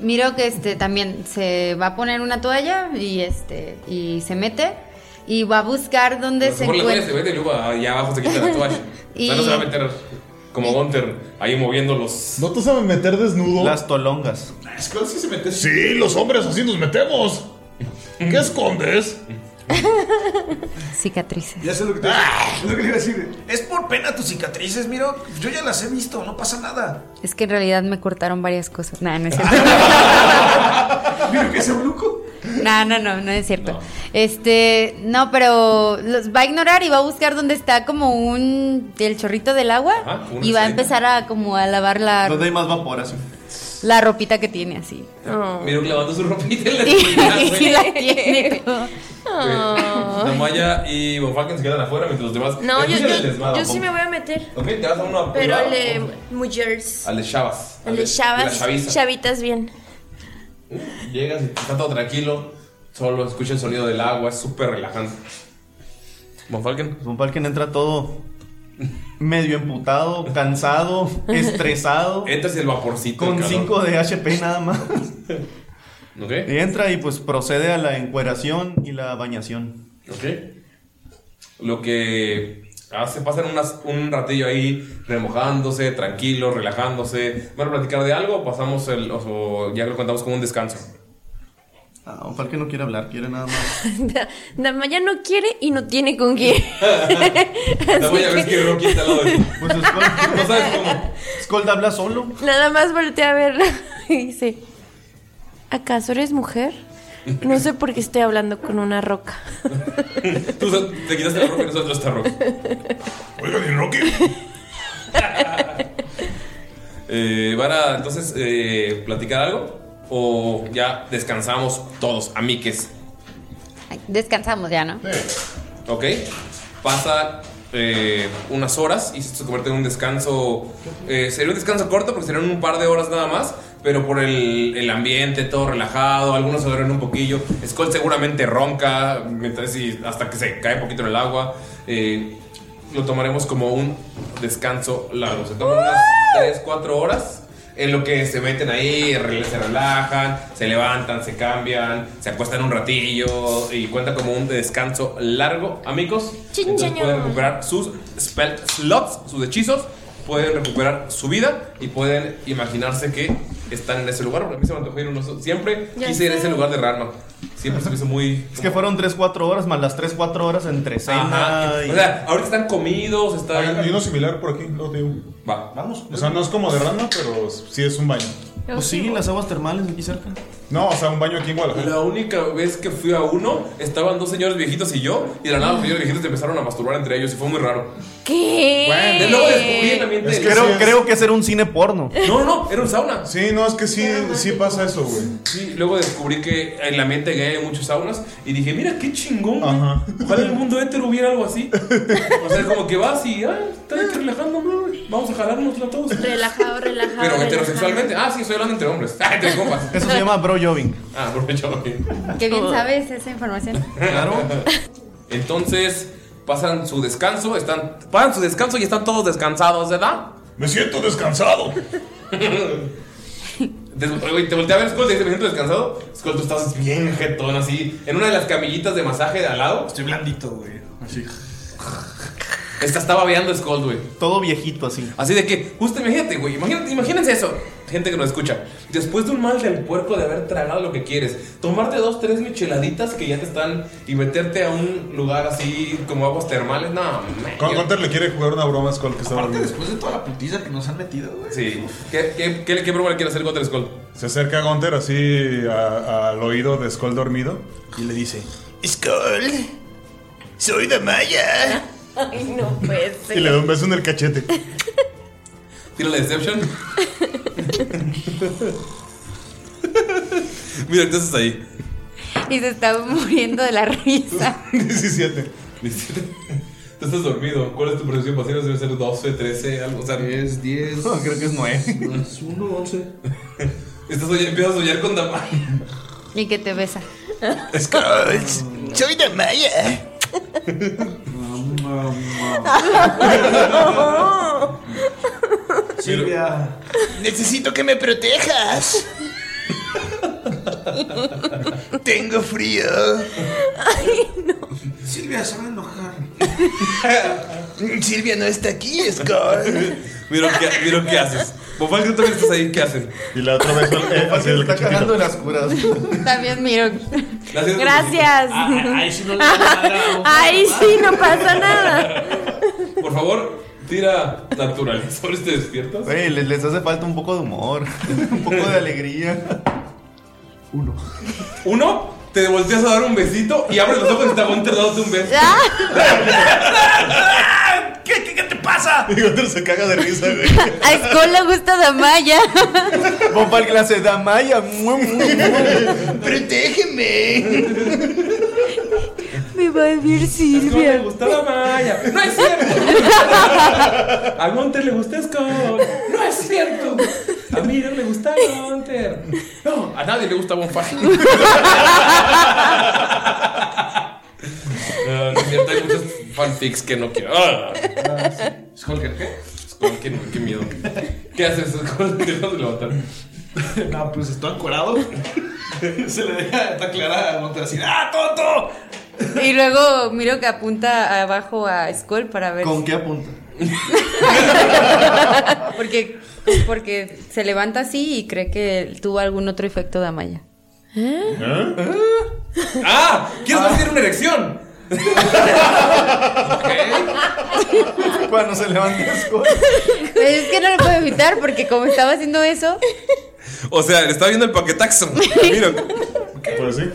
Speaker 5: Miro que este también se va a poner una toalla y este y se mete y va a buscar dónde se
Speaker 1: Por la toalla se
Speaker 5: encuentra.
Speaker 1: mete y luego allá abajo se quita la toalla.
Speaker 5: Y-
Speaker 1: O sea, no se va a meter como Gunter ahí moviendo los.
Speaker 6: ¿No te sabes meter desnudo?
Speaker 7: Las tolongas.
Speaker 2: Skull sí se mete.
Speaker 9: Sí, los hombres así nos metemos. ¿Qué escondes?
Speaker 5: Cicatrices.
Speaker 2: Ya sé lo que te es lo que le iba a decir. Ah. Es por pena tus cicatrices, miro. Yo ya las he visto, no pasa nada.
Speaker 5: Es que en realidad me cortaron varias cosas. Nah, no es cierto.
Speaker 2: Miro que ese bluco.
Speaker 5: No, no, no, no es cierto. Este, no, pero los va a ignorar y va a buscar dónde está como un el chorrito del agua
Speaker 7: Ajá, como una
Speaker 5: y va a
Speaker 7: salita.
Speaker 5: empezar a como a lavar la
Speaker 7: Donde hay más vapor así.
Speaker 5: La ropita que tiene así.
Speaker 3: Oh.
Speaker 1: Miro clavando su ropita en la esquina,
Speaker 5: Y,
Speaker 1: güey.
Speaker 5: la tiene como-
Speaker 1: Damaya y Von Falken se quedan afuera mientras los demás.
Speaker 3: No, yo,
Speaker 1: Escuchen el
Speaker 3: yo,
Speaker 1: desmadre,
Speaker 3: yo sí
Speaker 1: Von-
Speaker 3: me voy a meter.
Speaker 1: Ok, te vas a uno a
Speaker 3: Pero
Speaker 1: privado,
Speaker 3: al de
Speaker 1: Von-
Speaker 3: Mujeres.
Speaker 1: Al de Shabas.
Speaker 3: Al de
Speaker 1: La
Speaker 3: Chavas.
Speaker 1: chaviza.
Speaker 3: Chavitas bien.
Speaker 1: Llegas y está todo tranquilo. Solo escucha el sonido del agua. Es súper relajante. Monfalken.
Speaker 7: Monfalken entra todo medio emputado, cansado, estresado.
Speaker 1: Entras el vaporcito.
Speaker 7: Con
Speaker 1: el calor.
Speaker 7: 5 de HP nada más.
Speaker 1: Ok.
Speaker 7: Y entra y pues procede a la encueración y la bañación.
Speaker 1: Ok. Lo que hace, pasan unas- un ratillo ahí remojándose, tranquilo, relajándose. ¿Van a platicar de algo o pasamos el. o- o ya lo contamos como un descanso?
Speaker 7: Ah, Monfalken no quiere hablar, quiere nada más.
Speaker 3: Damaya no quiere y no tiene con quién.
Speaker 1: Damaya ves que Rocky está al lado de ti.
Speaker 7: Pues Skold, no sabes cómo. Skold habla solo.
Speaker 3: Nada más volteé a verla y dice: ¿Acaso eres mujer? No sé por qué estoy hablando con una roca.
Speaker 1: Tú so- te quitaste la ropa y nosotros esta ropa. Oigan, ¿y Rocky? Eh, ¿Van a entonces eh, platicar algo? ¿O ya descansamos todos, amiques?
Speaker 5: Descansamos ya, ¿no?
Speaker 1: ¿Ok? Pasa eh, unas horas y esto se convierte en un descanso. eh, sería un descanso corto porque serían un par de horas nada más. Pero por el, el ambiente, todo relajado, algunos se duermen un poquillo. Skull seguramente ronca mientras y hasta que se cae un poquito en el agua. Eh, lo tomaremos como un descanso largo. Se toman unas 3, 4 horas en lo que se meten ahí, re- se relajan, se levantan, se cambian, se acuestan un ratillo y cuenta como un descanso largo, amigos. Entonces
Speaker 3: Chinchañón.
Speaker 1: pueden recuperar sus spell slots, sus hechizos, pueden recuperar su vida y pueden imaginarse que están en ese lugar. Porque a mí se me antojó ir a uno. Siempre
Speaker 7: Ya
Speaker 1: quise ir a
Speaker 7: sé.
Speaker 1: ese lugar de Ranma. Siempre se me hizo muy
Speaker 7: Es que fueron 3-4 horas más las 3-4 horas entre cena
Speaker 1: Ajá.
Speaker 7: y.
Speaker 1: O sea, ahorita están comidos, están.
Speaker 7: Ah,
Speaker 6: Hay uno similar por aquí, luego te digo.
Speaker 1: Va.
Speaker 6: Vamos. O sea, no es como de rana, pero sí es un baño.
Speaker 7: Pues sí, las aguas termales aquí cerca.
Speaker 6: No, o sea, un baño aquí en Guadalajara.
Speaker 1: La única vez que fui a uno, estaban dos señores viejitos y yo, y de la nada los señores viejitos empezaron a masturbar entre ellos y fue muy raro.
Speaker 3: ¿Qué?
Speaker 5: Eh.
Speaker 1: Bueno, luego descubrí el ambiente. del-
Speaker 7: creo, creo que es era un cine porno.
Speaker 1: No, no, no, era un sauna.
Speaker 6: Sí, no, es que sí, sí pasa eso, güey.
Speaker 1: Sí, luego descubrí que en la mente gay hay muchos saunas y dije, mira qué chingón. güey. Ojalá en el mundo entero hubiera algo así. O sea, como que vas y, ah, está aquí relajándome, güey. vamos a jalárnosla todos.
Speaker 3: Relajado, relajado.
Speaker 1: Pero
Speaker 3: relajado.
Speaker 1: heterosexualmente, ah, sí, estoy hablando entre hombres. Ah, entre compas.
Speaker 7: Eso se llama bro jobbing.
Speaker 1: Ah, bro jobbing.
Speaker 5: Qué bien sabes esa información.
Speaker 1: Claro. Entonces, pasan su descanso, están. Pasan su descanso y están todos descansados, ¿verdad?
Speaker 9: Me siento descansado.
Speaker 1: Des- oye, te volteé a ver, Skull, te dice, me siento descansado. Skull, tú estás bien jetón, así. En una de las camillitas de masaje de al lado. Estoy blandito, güey. Así. Esta estaba babeando Skull, güey.
Speaker 7: Todo viejito así.
Speaker 1: Así de que, justo imagínate, güey, imagínate, imagínense eso, gente que nos escucha. Después de un mal del puerco de haber tragado lo que quieres, tomarte dos, tres micheladitas que ya te están y meterte a un lugar así como aguas termales, no, man,
Speaker 6: Con
Speaker 1: yo-
Speaker 6: Gunter le quiere jugar una broma a Skull que está dormido.
Speaker 1: después de toda la putiza que nos han metido, güey. Sí. ¿Qué, qué, qué, qué broma le quiere hacer Gunter Skull?
Speaker 6: Se acerca a Gunter así a- al oído de Skull dormido y le dice:
Speaker 9: Skull, soy de Maya.
Speaker 3: Ay, no puede ser.
Speaker 6: Y le da un beso en el cachete.
Speaker 1: Tírale Deception. Mira, entonces ahí.
Speaker 5: Y se está muriendo de la risa.
Speaker 6: 17.
Speaker 1: 17. Tú estás dormido. ¿Cuál es tu producción pasiva? Debe ser 12, 13, algo. O sea, 10, 10.
Speaker 7: No, creo que es 9.
Speaker 1: Es 1, 11. Estás oy- empiezas a soñar con Damaya.
Speaker 5: Y que te besa.
Speaker 9: Skull, soy de Maya.
Speaker 7: Silvia.
Speaker 9: Necesito que me protejas. Tengo frío.
Speaker 2: Silvia se va a enojar.
Speaker 9: Silvia no está aquí, Skull.
Speaker 1: Vieron qué, vieron qué haces. Bofal, tú también estás ahí. ¿Qué hacen?
Speaker 6: Y la otra
Speaker 9: eh,
Speaker 6: vez el,
Speaker 7: Se está cagando en las curas.
Speaker 5: También miro.
Speaker 3: Gracias.
Speaker 4: Ah,
Speaker 2: Ahí sí no le
Speaker 3: Ahí sí no pasa nada.
Speaker 1: Por favor, tira naturaleza. ¿Ahora te despiertas?
Speaker 7: Güey, les, les hace falta un poco de humor, un poco de alegría.
Speaker 1: Uno, te volteas a dar un besito y abres los ojos y está Gunter dándote un beso.
Speaker 5: ¿Ya?
Speaker 1: ¿Qué, qué, qué te pasa?
Speaker 7: pasa?
Speaker 9: Y otro se caga de risa, güey.
Speaker 5: A Skull le gusta Damaya.
Speaker 7: Bomba al clase Damaya. mu, mu, mu.
Speaker 9: ¡Protégeme!
Speaker 5: Me va a decir Silvia.
Speaker 4: Me gustaba Maya. No es cierto. A Gunter le gustó Skull. No es cierto. A mí no me gusta Gunter. No,
Speaker 1: A nadie le gusta Bonfire. Ah, no es cierto, hay muchos fanfics que no quiero. Ah, Skulker, ¿qué? Skulker, güey, qué miedo. ¿Qué haces, Skulker? Dejas de levantar.
Speaker 2: No, pues estoy encuerado.
Speaker 7: Se le deja aclarar a Monter así. ¡Ah, tonto!
Speaker 10: Y luego miro que apunta abajo a Skull para ver.
Speaker 7: ¿Con
Speaker 10: si-
Speaker 7: qué apunta?
Speaker 10: Porque, porque se levanta así y cree que tuvo algún otro efecto de Amaya.
Speaker 7: ¿Eh?
Speaker 1: ¿Eh? ¡Ah! ¿Quieres decir una erección?
Speaker 7: Cuando se levanta Skull.
Speaker 5: Pues es que no lo puedo evitar porque como estaba haciendo eso,
Speaker 1: O sea, le está viendo el paquetaxo. Mira.
Speaker 9: Pues sí.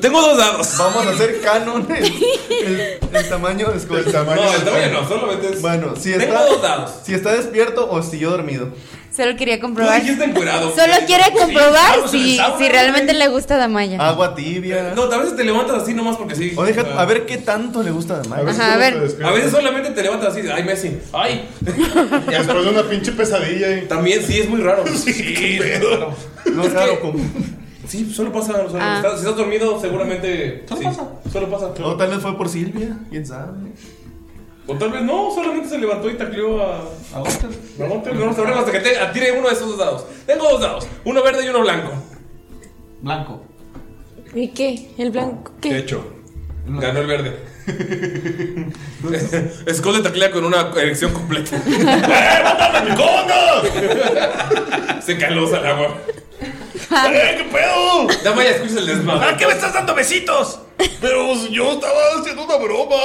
Speaker 1: Tengo dos dados.
Speaker 7: Vamos a hacer canon el, el- el tamaño de Skull.
Speaker 9: tamaño
Speaker 1: No, el tamaño no, solamente es.
Speaker 7: Bueno, si
Speaker 1: Tengo
Speaker 7: está,
Speaker 1: dos dados.
Speaker 7: si está despierto o si yo dormido.
Speaker 5: solo quería comprobar.
Speaker 1: Tú dijiste encuerado.
Speaker 5: Solo quiere
Speaker 1: Sí,
Speaker 5: comprobar
Speaker 1: estamos en el
Speaker 5: si,
Speaker 1: sauna,
Speaker 5: si realmente le gusta Damaya.
Speaker 7: Agua tibia.
Speaker 1: Eh, No, tal vez te levantas así nomás porque sí. Ah.
Speaker 7: O deja, a ver qué tanto le gusta de Mike.
Speaker 5: Ajá, a ver.
Speaker 1: A veces solamente te levantas así, ay Messi, ay.
Speaker 9: Después de una pinche pesadilla. Y...
Speaker 1: También sí es muy raro. Sí,
Speaker 9: Pero.
Speaker 7: No, claro, como.
Speaker 1: Sí, solo pasa. solo-
Speaker 5: Ah.
Speaker 1: estás- si estás dormido, seguramente. Solo pasa. Solo pasa.
Speaker 7: O tal vez fue por Silvia, quién sabe.
Speaker 1: O tal vez no, solamente se levantó y tacleó a. A Walter. A Walter, no, sobre hasta que te atire uno de esos dos dados. Tengo dos dados, uno verde y uno blanco.
Speaker 7: Blanco.
Speaker 3: ¿Y qué? ¿El blanco?
Speaker 1: De hecho, ganó el verde. Skull le taclea con una erección completa. Se calosa el agua.
Speaker 9: ¡Eh, qué pedo!
Speaker 1: Dame ya escuchas el desmadre.
Speaker 7: ¿Para qué me estás dando besitos?
Speaker 4: pues,
Speaker 9: Pero yo estaba haciendo una broma.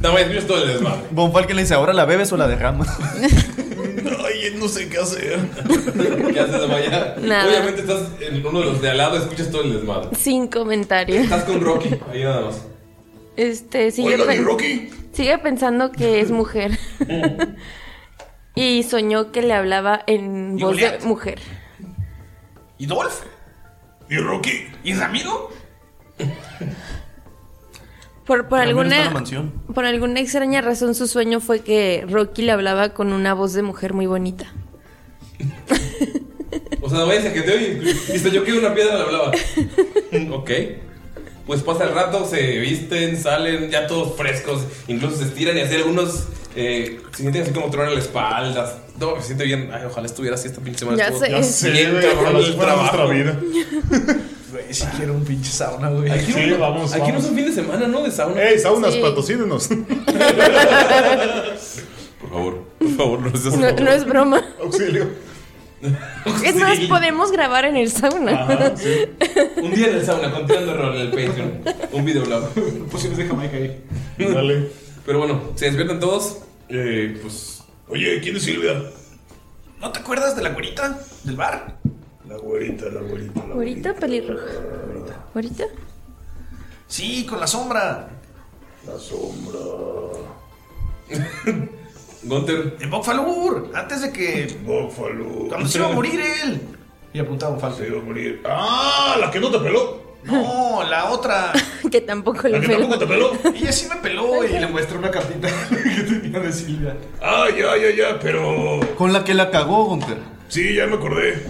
Speaker 1: Dame ya escuchas todo el desmadre.
Speaker 7: Bonfal que le dice, ¿ahora la bebes o la derramas?
Speaker 9: Ay, no sé qué hacer.
Speaker 1: ¿Qué haces, Damaya?
Speaker 3: Nada.
Speaker 1: Obviamente estás en uno de los de al lado, escuchas todo el desmadre.
Speaker 3: Sin comentario.
Speaker 1: Estás con Rocky, ahí nada más.
Speaker 3: Este, sigue,
Speaker 9: Oiga, mi
Speaker 3: pen-
Speaker 9: Rocky.
Speaker 3: sigue pensando que es mujer. y soñó que le hablaba en
Speaker 1: Y
Speaker 3: voz de
Speaker 1: Goliat.
Speaker 3: mujer.
Speaker 1: ¿Y Dolph?
Speaker 9: Y Rocky.
Speaker 1: ¿Y Ramiro?
Speaker 3: Por, por
Speaker 7: Al menos está en la
Speaker 3: alguna,
Speaker 7: mansión.
Speaker 3: por alguna extraña razón, su sueño fue que Rocky le hablaba con una voz de mujer muy bonita.
Speaker 1: O sea, Damaya se quedó y listo, yo quiero una piedra, le hablaba. ok. Pues pasa el rato, se visten, salen ya todos frescos, incluso se estiran y hacen algunos. Eh, se sienten así como tronar la espalda. No, me siente bien. Ay, ojalá estuviera así esta pinche semana.
Speaker 3: Ya
Speaker 1: Estuvo
Speaker 3: sé. Ya sé,
Speaker 1: Bien,
Speaker 9: güey,
Speaker 1: cabrón,
Speaker 9: ojalá
Speaker 1: el
Speaker 9: si fuera
Speaker 1: trabajo.
Speaker 9: nuestra vida.
Speaker 7: Güey, si quiero un pinche sauna, güey.
Speaker 1: Aquí
Speaker 9: Sí,
Speaker 1: no,
Speaker 9: vamos,
Speaker 1: aquí no
Speaker 9: vamos.
Speaker 1: es un fin de semana, ¿no? De sauna.
Speaker 9: ¡Ey, saunas,
Speaker 3: Sí.
Speaker 9: patrocínenos!
Speaker 1: Por favor, por favor, no seas
Speaker 3: No, no es broma.
Speaker 9: Auxilio.
Speaker 3: Es más,
Speaker 1: Sí.
Speaker 3: podemos grabar en el sauna.
Speaker 1: Un día en el sauna, contando rol en el Patreon. Un videoblog.
Speaker 2: Pociones de Jamaica ahí.
Speaker 9: Dale.
Speaker 1: Pero bueno, se despiertan todos. Eh, pues.
Speaker 9: Oye, ¿quién es Silvia?
Speaker 7: ¿No te acuerdas de la güerita del bar?
Speaker 9: La güerita, la güerita. La
Speaker 3: Ahorita pelirroja. Ahorita.
Speaker 7: Sí, con la sombra.
Speaker 9: La sombra.
Speaker 1: Gunter.
Speaker 7: En Bokfalur, antes de que.
Speaker 9: Bófalo.
Speaker 7: Cuando se iba a morir eh. él. Y apuntaba un falso.
Speaker 9: Se iba a morir. ¡Ah! La que no te peló.
Speaker 7: No, la otra.
Speaker 3: Que tampoco
Speaker 9: La
Speaker 3: le
Speaker 9: que
Speaker 3: veo.
Speaker 9: tampoco te peló.
Speaker 7: Ella sí me peló y le muestra una cartita que tenía de Silvia.
Speaker 9: Ah, ya, ya, ya, pero.
Speaker 7: Con la que la cagó, Gunter.
Speaker 9: Sí, ya me acordé.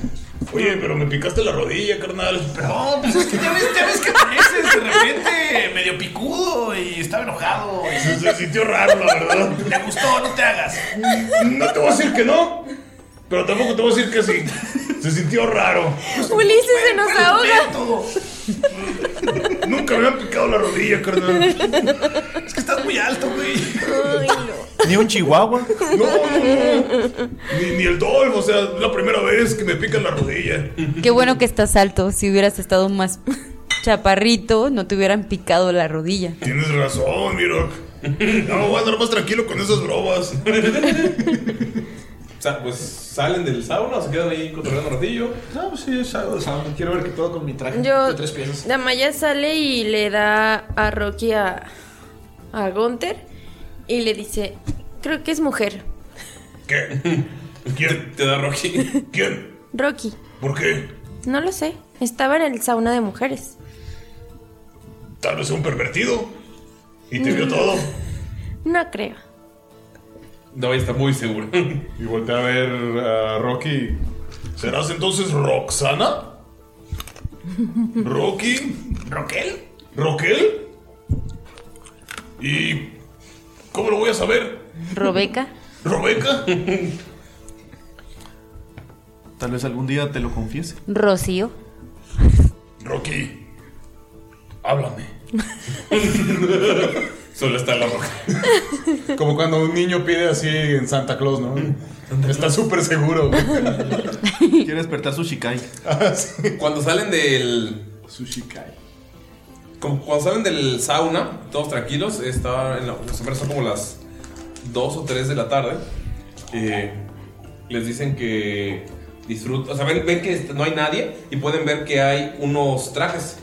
Speaker 9: Oye, pero me picaste la rodilla, carnal.
Speaker 7: Perdón, pues es que ya ves, ya ves que amaneces de repente medio picudo y estaba enojado.
Speaker 9: Se, se sintió raro, la verdad.
Speaker 7: y Le gustó, no te hagas.
Speaker 9: No te voy a decir que no, pero tampoco te voy a decir que sí. Se sintió raro.
Speaker 3: Ulises se nos
Speaker 7: Fue el
Speaker 3: ahoga.
Speaker 7: momento.
Speaker 9: Nunca me han picado la rodilla, carnal.
Speaker 7: Es que estás muy alto, güey.
Speaker 3: Ay, no.
Speaker 7: Ni un chihuahua.
Speaker 9: No, no, no. Ni, ni el Dolph, o sea, es la primera vez que me pican la rodilla.
Speaker 8: Qué bueno que estás alto. Si hubieras estado más chaparrito, no te hubieran picado la rodilla.
Speaker 9: Tienes razón, Miroc. No, voy a andar más tranquilo con esas bromas.
Speaker 1: sa- pues salen del sauna o se quedan ahí controlando un ratillo.
Speaker 4: Ah,
Speaker 2: No, pues sí, es algo de sauna. Quiero ver qué puedo con mi traje de
Speaker 3: Yo.
Speaker 2: tres piezas.
Speaker 3: Damaya sale y le da a Rocky a. a Gunther. y le dice, creo que es mujer,
Speaker 9: ¿Qué? ¿Quién?
Speaker 1: Te da Rocky.
Speaker 9: ¿Quién?
Speaker 3: Rocky.
Speaker 9: ¿Por qué?
Speaker 3: No lo sé, estaba en el sauna de mujeres.
Speaker 9: Tal vez un pervertido. Y te vio todo.
Speaker 3: No creo.
Speaker 1: No, está muy seguro.
Speaker 6: Y voltea a ver a Rocky.
Speaker 9: ¿Serás entonces Roxana? ¿Rocky? ¿Roquel? ¿Roquel? ¿Y cómo lo voy a saber?
Speaker 3: Robeca.
Speaker 9: ¿Robeca?
Speaker 7: Tal vez algún día te lo confiese.
Speaker 8: Rocío.
Speaker 9: Rocky, háblame.
Speaker 1: Solo está la roca.
Speaker 6: Como cuando un niño pide así en Santa Claus, ¿no? Está súper seguro.
Speaker 7: Quiere despertar su shikai.
Speaker 1: Cuando salen del. Como cuando salen del sauna, todos tranquilos, está en la, siempre son como las 2 o 3 de la tarde. eh, les dicen que disfrutan. O sea, ven, ven que no hay nadie y pueden ver que hay unos trajes.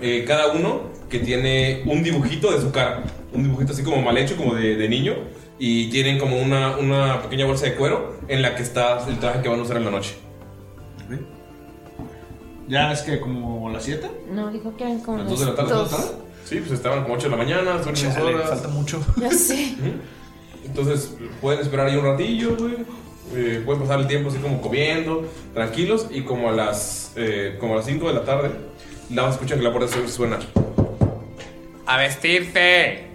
Speaker 1: eh, cada uno que tiene un dibujito de su cara. Un dibujito así como mal hecho, como de, de niño. Y tienen como una, una pequeña bolsa de cuero en la que está el traje que van a usar en la noche.
Speaker 2: Ya es que como las 7.
Speaker 3: No, dijo que eran como
Speaker 1: ¿Las 2 de la tarde?
Speaker 3: dos.
Speaker 1: ¿no? Sí, pues estaban como 8 de la mañana, son unas
Speaker 7: Chale,
Speaker 1: horas.
Speaker 7: falta mucho.
Speaker 3: Ya sé.
Speaker 1: Entonces pueden esperar ahí un ratillo, güey. Eh, pueden pasar el tiempo así como comiendo, tranquilos. Y como a las, eh, como a las 5 de la tarde, nada más escuchan que la puerta su- suena. ¡A vestirte!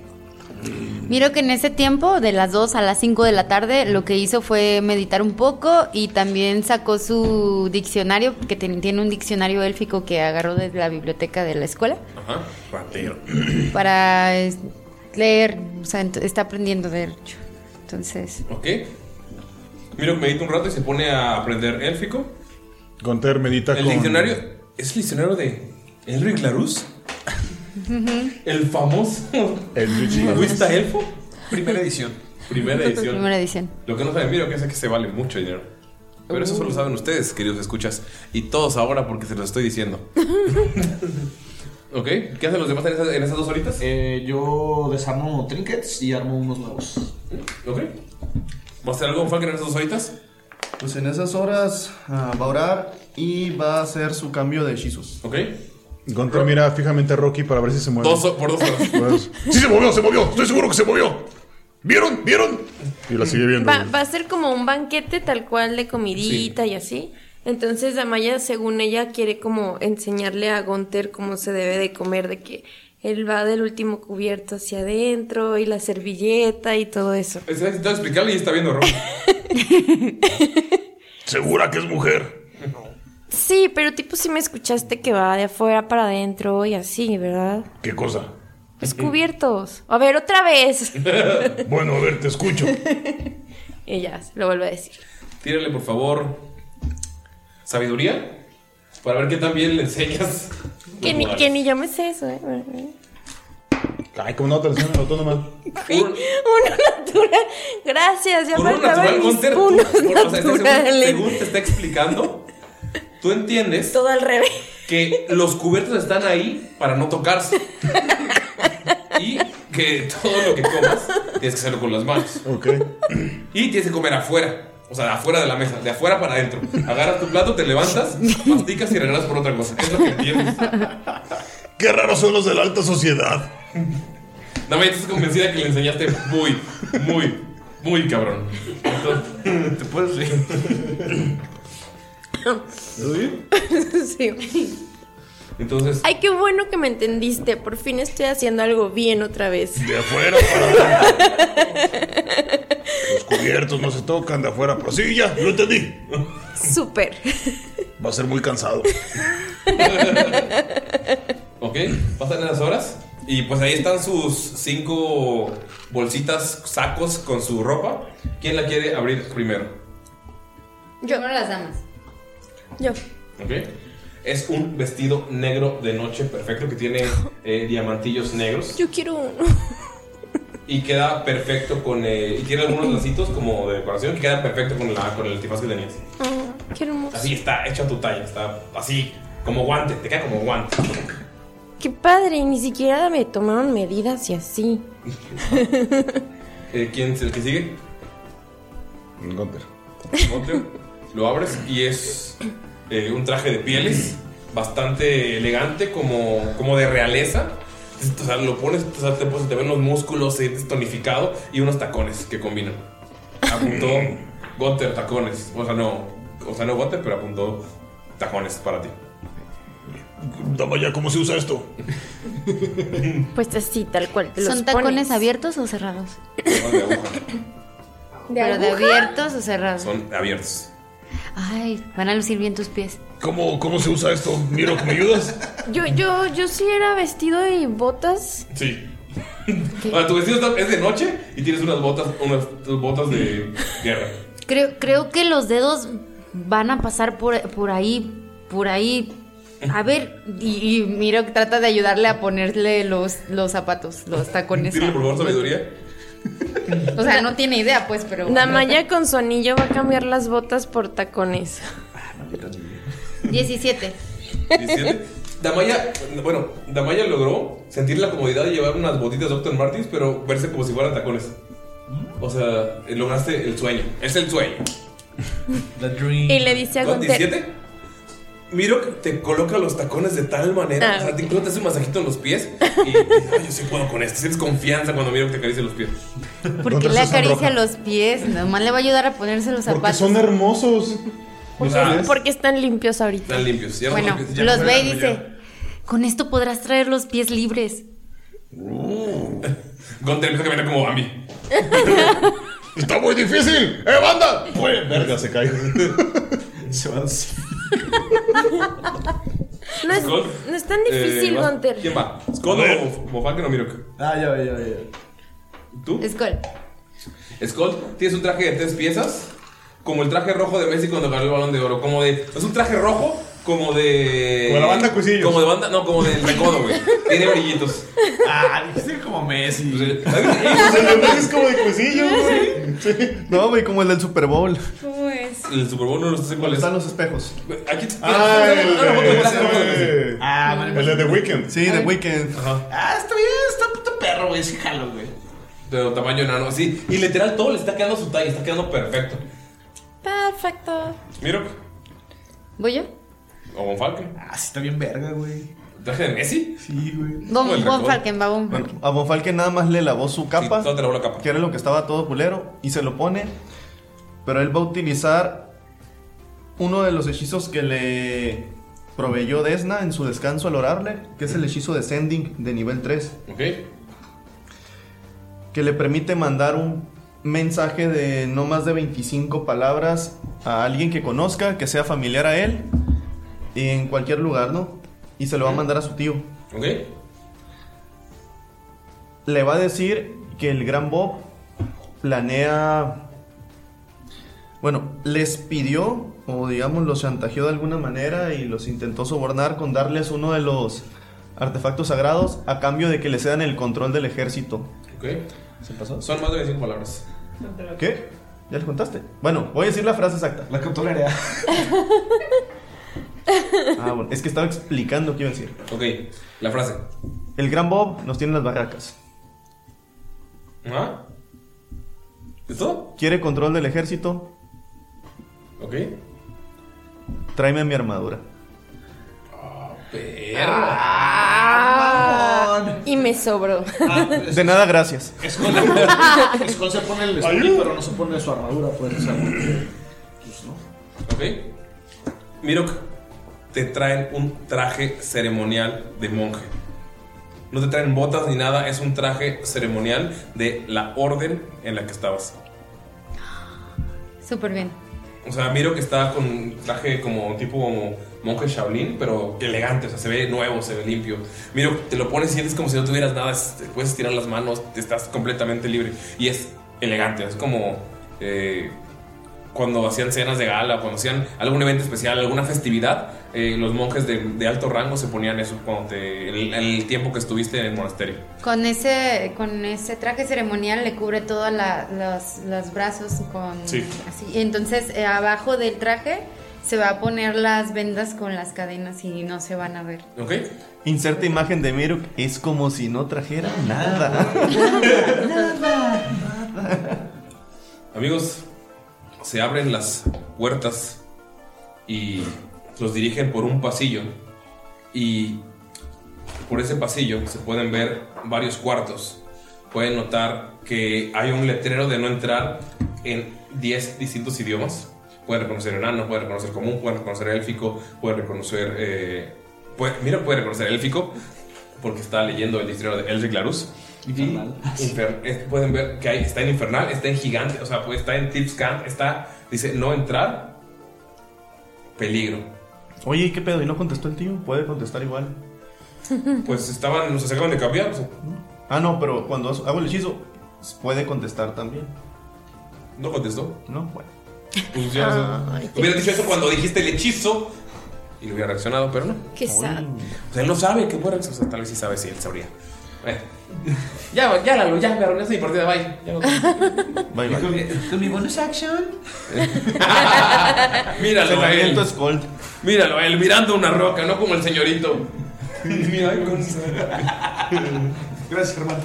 Speaker 5: Miro que en ese tiempo, de las 2 a las 5 de la tarde, lo que hizo fue meditar un poco y también sacó su diccionario, que ten- tiene un diccionario élfico que agarró desde la biblioteca de la escuela,
Speaker 1: Ajá. Ratero.
Speaker 5: para es, leer, o sea, ent- está aprendiendo de hecho. Entonces,
Speaker 1: Ok. Miro que medita un rato y se pone a aprender élfico.
Speaker 6: Gonter medita
Speaker 1: El
Speaker 6: con.
Speaker 1: diccionario. ¿Es el diccionario de Elric Larus? El famoso. ¿Lingüista elfo? Primera edición. Primera edición.
Speaker 5: primera edición.
Speaker 1: Lo que no saben, miro que es que se vale mucho dinero. Pero eso solo saben ustedes, queridos escuchas. Y todos ahora porque se los estoy diciendo. ¿Ok? ¿Qué hacen los demás en esas, en esas dos horitas?
Speaker 2: Eh, yo desarmo trinkets y armo unos nuevos.
Speaker 1: ¿Ok? ¿Vas a hacer algo, Falcon, en esas dos horitas?
Speaker 7: Pues en esas horas ah, va a orar y va a hacer su cambio de hechizos.
Speaker 1: Ok.
Speaker 6: Gonter mira fijamente a Rocky para ver si se mueve.
Speaker 7: Dos o- por dos horas.
Speaker 9: Sí, se movió, se movió. Estoy seguro que se movió. ¿Vieron? ¿Vieron?
Speaker 6: Y la sigue viendo.
Speaker 3: Va, va a ser como un banquete tal cual de comidita y así. Entonces Damaya, según ella, quiere como enseñarle a Gonter cómo se debe de comer, de que él va del último cubierto hacia adentro y la servilleta y todo eso.
Speaker 1: Está intentando explicarle y está viendo rojo.
Speaker 9: ¿Segura que es mujer?
Speaker 3: Sí, pero tipo si me escuchaste que va de afuera para adentro y así, ¿verdad?
Speaker 9: ¿Qué cosa?
Speaker 3: Los cubiertos. A ver, otra vez.
Speaker 9: bueno, a ver, te escucho.
Speaker 3: Ella lo vuelve a decir.
Speaker 1: Tírale, por favor, sabiduría. Para ver qué tan bien le enseñas.
Speaker 3: Que ni, que ni yo me sé eso, ¿eh?
Speaker 6: Ay, como no, atención en autónoma.
Speaker 3: Una natura. Gracias, ya
Speaker 1: Por uno
Speaker 3: faltaban
Speaker 1: natural,
Speaker 3: mis
Speaker 1: Gunter, tú-
Speaker 3: punos
Speaker 1: por- o sea, según-
Speaker 3: naturales.
Speaker 1: según te está explicando, tú
Speaker 3: ¿eh?
Speaker 1: entiendes
Speaker 3: Todo al revés.
Speaker 1: que los cubiertos están ahí para no tocarse. y que todo lo que comas tienes que hacerlo con las manos. Y tienes que comer afuera. O sea, de afuera de la mesa, de afuera para adentro. Agarras tu plato, te levantas, masticas y regresas por otra cosa. Es lo que entiendes.
Speaker 9: Qué raros son los de la alta sociedad.
Speaker 1: No me estás convencida que le enseñaste muy, muy, muy cabrón. Entonces, te puedes reír.
Speaker 3: sí.
Speaker 1: Entonces,
Speaker 3: Ay, qué bueno que me entendiste. Por fin estoy haciendo algo bien otra vez.
Speaker 9: De afuera para adentro. Los cubiertos no se tocan de afuera, pero sí, ya, lo entendí.
Speaker 3: Súper.
Speaker 9: Va a ser muy cansado.
Speaker 1: Ok, pasan las horas. Y pues ahí están sus cinco bolsitas, sacos con su ropa. ¿Quién la quiere abrir primero?
Speaker 5: Yo no las damas.
Speaker 3: Yo.
Speaker 1: Ok. Es un vestido negro de noche perfecto que tiene eh, diamantillos negros
Speaker 3: Yo quiero uno.
Speaker 1: y queda perfecto con. eh, y tiene algunos lacitos como de decoración que queda perfecto con, la, con el antifaz que tenías.
Speaker 3: Ah, qué hermoso.
Speaker 1: Así está, hecho a tu talla, está así, como guante, te queda como guante.
Speaker 3: Qué padre. Ni siquiera me tomaron medidas y así.
Speaker 1: Eh, ¿Quién es el que sigue?
Speaker 9: Gunter.
Speaker 1: Lo abres y es eh, un traje de pieles bastante elegante, como, como de realeza. O sea, lo pones, o sea, te, pues, te ven los músculos eh, tonificado y unos tacones que combinan. Apuntó Gunter tacones. O sea, no, o sea, no Gunter, pero apuntó tacones para ti.
Speaker 9: Vaya, ¿cómo se usa esto?
Speaker 3: Pues así, tal cual. te los
Speaker 5: ¿Son tacones
Speaker 3: pones.
Speaker 5: abiertos o cerrados? Pero de
Speaker 3: aguja?
Speaker 5: abiertos o cerrados.
Speaker 1: Son abiertos.
Speaker 5: Ay, van a lucir bien tus pies.
Speaker 9: ¿Cómo, ¿Cómo se usa esto? Miro que me ayudas.
Speaker 3: Yo, yo, yo sí era vestido y botas.
Speaker 1: Sí. Ahora, tu vestido está- es de noche y tienes unas botas, unas botas de guerra.
Speaker 5: Creo, creo que los dedos van a pasar por, por ahí, por ahí. A ver, y, y Miro trata de ayudarle a ponerle los, los zapatos, los tacones.
Speaker 1: Dile, por favor, sabiduría.
Speaker 5: O sea, no tiene idea, pues, pero...
Speaker 3: Damaya con su anillo va a cambiar las botas por tacones.
Speaker 5: 17.
Speaker 1: 17. Damaya, bueno, Damaya logró sentir la comodidad de llevar unas botitas Dr. Martins, pero verse como si fueran tacones. O sea, eh, lograste el sueño. Es el sueño.
Speaker 3: Y le dice a
Speaker 1: ¿Con
Speaker 3: Gunter.
Speaker 1: 17? Miro que te coloca los tacones de tal manera.
Speaker 3: Ah,
Speaker 1: o sea, te, incluso te hace un masajito en los pies. Y dices, "Ay, yo sí puedo con esto. Sientes confianza cuando Miro que te acaricia los pies.
Speaker 5: Porque le acaricia los pies, nomás le va a ayudar a ponerse los zapatos.
Speaker 6: Son hermosos.
Speaker 1: Ah,
Speaker 3: Porque están limpios ahorita.
Speaker 1: Están limpios. Pues, Ya no
Speaker 5: Bueno,
Speaker 1: son ya no
Speaker 5: los
Speaker 1: son
Speaker 5: ve y
Speaker 1: ya.
Speaker 5: dice, con esto podrás traer los pies libres.
Speaker 1: Uh. Gunter empieza a caminar como Bambi.
Speaker 9: ¡Está muy difícil! ¡Eh, banda!
Speaker 6: Pues,
Speaker 9: Fue, verga, se cae.
Speaker 2: se va
Speaker 3: No es,
Speaker 1: Scott,
Speaker 3: no es tan difícil,
Speaker 1: eh, vas-
Speaker 3: Gunter.
Speaker 1: ¿Quién va? ¿Scott o Mofak o Miro?
Speaker 2: Ah, ya, ya, ya.
Speaker 1: ¿Tú?
Speaker 5: Skull.
Speaker 1: Skull, tienes un traje de tres piezas, como el traje rojo de Messi cuando ganó el balón de oro, como de es un traje rojo como de
Speaker 6: Como la banda
Speaker 1: Cusillos. Como de banda, no, como del recodo, güey. Tiene brillitos. Pues, eh,
Speaker 2: Ah, dijiste como Messi.
Speaker 6: es como de cusillos, güey.
Speaker 7: No, güey, como el del Super Bowl.
Speaker 10: ¿Cómo es?
Speaker 1: El Super Bowl no lo sé cuál es.
Speaker 7: Están los espejos.
Speaker 1: Aquí te
Speaker 6: Ah, el
Speaker 7: de... Ah, vale.
Speaker 6: El de The Weeknd.
Speaker 7: Sí, The Weeknd.
Speaker 2: Ah, está bien, está puto perro, güey. Sí, jalo, güey.
Speaker 1: de tamaño enano, así. Y literal todo le está quedando su talla, está quedando perfecto.
Speaker 5: Perfecto.
Speaker 1: Miro,
Speaker 5: ¿Voy yo?
Speaker 1: o Von Falken.
Speaker 2: Ah, sí, está bien verga, güey.
Speaker 1: ¿Traje de Messi?
Speaker 2: Sí, güey.
Speaker 5: Von Von Falken, va Von Falken.
Speaker 7: Bueno, a Von Falken nada más le lavó su capa. Que era lo que estaba todo culero. Y se lo pone. Pero él va a utilizar uno de los hechizos que le proveyó Desna en su descanso al orarle. Que es el hechizo de Sending de nivel 3.
Speaker 1: Ok.
Speaker 7: Que le permite mandar un mensaje de no más de 25 palabras a alguien que conozca, que sea familiar a él. Y en cualquier lugar, ¿no? Y se lo va a mandar a su tío.
Speaker 1: Ok.
Speaker 7: le va a decir que el gran Bob planea... Bueno, les pidió, o digamos, los chantajeó de alguna manera y los intentó sobornar con darles uno de los artefactos sagrados a cambio de que le cedan el control del ejército.
Speaker 1: Ok. ¿Se pasó? Son más de 25 palabras.
Speaker 7: ¿Qué? ¿Ya le contaste? Bueno, voy a decir la frase exacta. La captó Ah, bueno, es que estaba explicando qué iba a decir.
Speaker 1: Ok, la frase.
Speaker 7: El gran Bob nos tiene en las barracas.
Speaker 1: ¿Ah? ¿Es todo?
Speaker 7: Quiere control del ejército,
Speaker 1: Ok.
Speaker 7: tráeme mi armadura.
Speaker 3: Ah, y me sobró.
Speaker 1: Ah, pues,
Speaker 3: pues,
Speaker 7: De nada, gracias.
Speaker 2: Skull se pone el escudo,
Speaker 1: Ayuda.
Speaker 2: pero no se pone su armadura, pues. O sea, porque- pues no.
Speaker 1: Ok. Mirok, te traen un traje ceremonial de monje. No te traen botas ni nada, es un traje ceremonial de la orden en la que estabas.
Speaker 5: Súper bien.
Speaker 1: O sea, Mirok está con un traje como tipo como monje Shaolin, pero elegante, o sea, se ve nuevo, se ve limpio. Mirok, te lo pones y sientes como si no tuvieras nada, es- te puedes tirar las manos, estás completamente libre. Y es elegante, es como... eh, cuando hacían cenas de gala, cuando hacían algún evento especial, alguna festividad, eh, los monjes de, de alto rango se ponían eso cuando te- el, el tiempo que estuviste en el monasterio.
Speaker 5: Con ese, con ese traje ceremonial le cubre todos los, los brazos con
Speaker 1: Sí.
Speaker 5: así. Y Entonces eh, abajo del traje se va a poner las vendas con las cadenas y no se van a ver.
Speaker 1: ¿Ok?
Speaker 7: Inserta imagen de Miruk. Es como si no trajera nada.
Speaker 1: Amigos, se abren las puertas y los dirigen por un pasillo. Y por ese pasillo se pueden ver varios cuartos. Pueden notar que hay un letrero de no entrar en 10 distintos idiomas. Pueden reconocer enano, pueden reconocer común, pueden reconocer élfico, pueden reconocer... eh, puede- mira, pueden reconocer élfico porque está leyendo el letrero de Eldrick Larus. Infer- eh, pueden ver que hay- está en infernal, está en gigante, o sea, pues, está en tips camp, está, dice, no entrar, peligro.
Speaker 7: Oye, ¿qué pedo? ¿Y no contestó el tío? Puede contestar igual.
Speaker 1: Pues estaban, nos acaban de cambiar.
Speaker 7: Ah, no, pero cuando hago el hechizo, puede contestar también.
Speaker 1: ¿No contestó?
Speaker 7: No, bueno.
Speaker 1: Pues ya-
Speaker 7: Ay, qué
Speaker 1: hubiera dicho eso cuando dijiste el hechizo y le hubiera reaccionado, pero no.
Speaker 3: Qué sad.
Speaker 1: O sea, él no sabe que puede reaccionar, o sea, tal vez sí sabe si él sabría. Bueno. Ya, ya, Lalo, ya, me arruinaste mi partida, bye. Ya no-
Speaker 7: Bye, bye.
Speaker 2: Con mi bonus action.
Speaker 1: Míralo,
Speaker 7: Se
Speaker 1: él.
Speaker 7: aviento
Speaker 1: Míralo, él mirando una roca, no como el señorito. Mira,
Speaker 7: Gracias, Germán.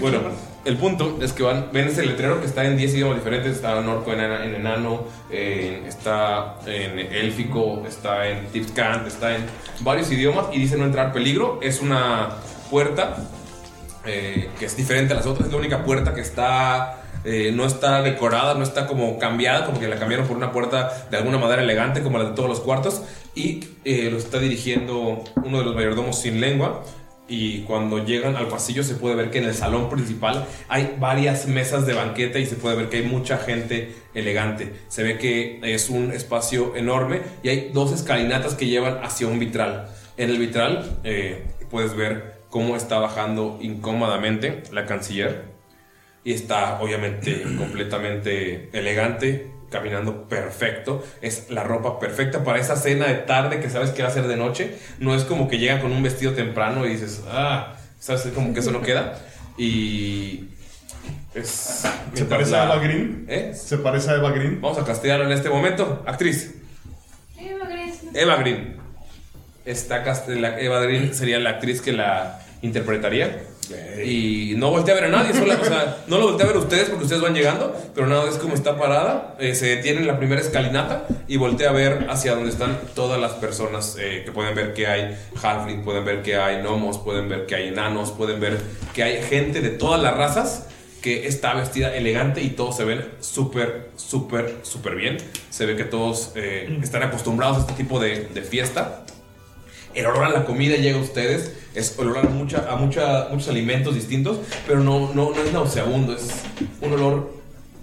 Speaker 1: Bueno, el punto es que van, ven ese letrero que está en 10 idiomas diferentes, está en orco, en, ena- en enano, en- está en élfico, está en tipscant, está en varios idiomas y dice no entrar peligro, es una puerta eh, que es diferente a las otras, es la única puerta que está... eh, no está decorada, no está como cambiada, como que la cambiaron por una puerta de alguna manera elegante, como la de todos los cuartos. Y eh, lo está dirigiendo uno de los mayordomos sin lengua, y cuando llegan al pasillo se puede ver que en el salón principal hay varias mesas de banqueta y se puede ver que hay mucha gente elegante. Se ve que es un espacio enorme y hay dos escalinatas que llevan hacia un vitral. En el vitral eh, puedes ver cómo está bajando incómodamente la canciller y está obviamente completamente elegante, caminando perfecto. Es la ropa perfecta para esa cena de tarde que sabes que va a ser de noche. No es como que llega con un vestido temprano y dices, ah, sabes, como que eso no queda. Y es...
Speaker 6: ¿Se parece a Eva Green?
Speaker 1: ¿Se parece a Eva Green? Vamos a castigarlo en este momento. Actriz, Eva Green. Está cast- la- Eva Green sería la actriz que la interpretaría. Y no voltea a ver a nadie, sola, o sea, no lo voltea a ver a ustedes porque ustedes van llegando, pero nada, es como está parada, eh, se detiene en la primera escalinata y voltea a ver hacia donde están todas las personas eh, que pueden ver que hay halfling, pueden ver que hay gnomos, pueden ver que hay enanos, pueden ver que hay gente de todas las razas que está vestida elegante y todos se ven súper, súper, súper bien. Se ve que todos eh, están acostumbrados a este tipo de- de fiesta. El olor a la comida llega a ustedes, es olor a, mucha, a mucha, muchos alimentos distintos, pero no, no, no es nauseabundo, es un olor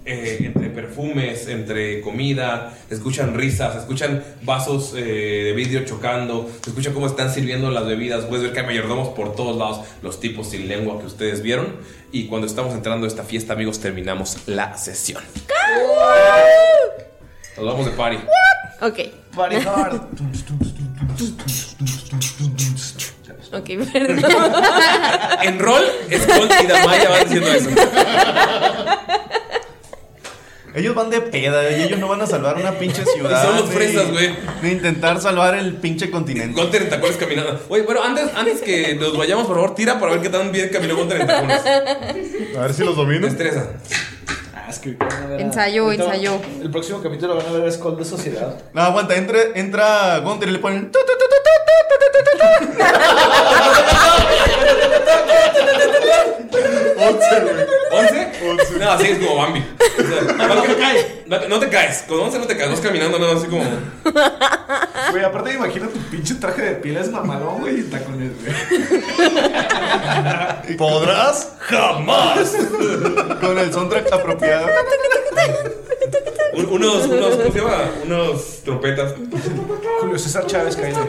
Speaker 1: eh, entre perfumes, entre comida, se escuchan risas, se escuchan vasos eh, de vidrio chocando, se escucha cómo están sirviendo las bebidas, puedes ver que hay mayordomos por todos lados, los tipos sin lengua que ustedes vieron, y cuando estamos entrando a esta fiesta, amigos, terminamos la sesión. Nos vamos de party.
Speaker 3: Ok.
Speaker 2: Party hard.
Speaker 3: ok, perdón.
Speaker 1: En rol, Skull y Damaya van haciendo eso.
Speaker 7: Ellos van de peda y ellos no van a salvar una pinche ciudad.
Speaker 1: Son los
Speaker 7: ni-
Speaker 1: fresas, güey.
Speaker 7: Ni intentar salvar el pinche continente.
Speaker 1: Con tentacuales caminando. Oye, bueno, antes, antes que nos vayamos, por favor, tira para ver qué tan bien caminó con tentacuales. A ver si los domino. Destreza.
Speaker 2: Ah, es que van a ver a-
Speaker 5: Ensayo,
Speaker 2: ahorita-
Speaker 5: ensayo.
Speaker 2: El próximo capítulo van a ver a Skull de Sociedad.
Speaker 7: No, aguanta, entra, entra Gunter y le ponen. tu, tu, tu, tu,
Speaker 1: ¿Once? No, así es como Bambi. O sea, no te caes. No te caes. Con once no te caes. Vas caminando nada más así como.
Speaker 2: Güey, aparte me imagino tu pinche traje de piel es mamalón, güey, y tacones, güey.
Speaker 7: tu. ¿Podrás? ¡Jamás! Con el soundtrack apropiado.
Speaker 1: un- unos, unos, ¿cómo se llama? Unos trompetas.
Speaker 2: Julio César Chávez caído.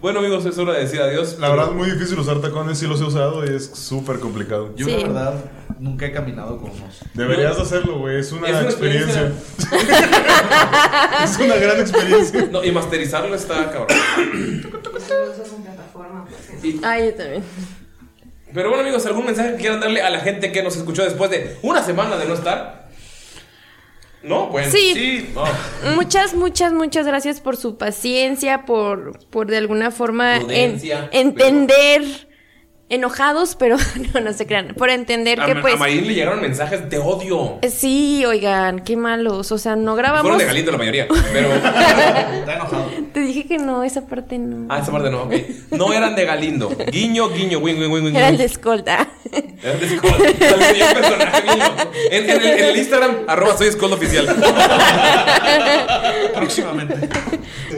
Speaker 1: Bueno, amigos, es hora de decir adiós.
Speaker 6: La verdad es muy difícil usar tacones, sí los he usado y es súper complicado.
Speaker 2: Yo, la verdad, nunca he caminado con unos.
Speaker 6: Deberías
Speaker 2: No.
Speaker 6: hacerlo, güey, es una,
Speaker 2: Es una
Speaker 6: experiencia.
Speaker 1: Es una gran experiencia. No, y masterizarlo está cabrón.
Speaker 3: Ay, yo también.
Speaker 1: Pero bueno, amigos, ¿algún mensaje que quieran darle a la gente que nos escuchó después de una semana de no estar? No, bueno.
Speaker 3: Sí.
Speaker 1: no.
Speaker 3: Muchas, muchas, muchas gracias por su paciencia, por, por de alguna forma en-
Speaker 1: Prudencia,
Speaker 3: entender enojados, pero no, no se crean. Por entender
Speaker 1: A,
Speaker 3: que
Speaker 1: Ma-
Speaker 3: pues...
Speaker 1: a Mayrin le llegaron mensajes de odio.
Speaker 3: Eh, Sí, oigan, qué malos. O sea, no
Speaker 1: Fueron
Speaker 3: grabamos.
Speaker 1: de Galindo la mayoría, pero...
Speaker 3: Te dije que no, esa parte no.
Speaker 1: Ah, esa parte no, ok. No eran de Galindo. Guiño, guiño, wing, wing, wing, wing.
Speaker 3: Era el de escolta.
Speaker 1: Eran de Skull. Salió bien personaje, guiño. En, en el, en el Instagram, arroba soy Skull oficial. Próximamente.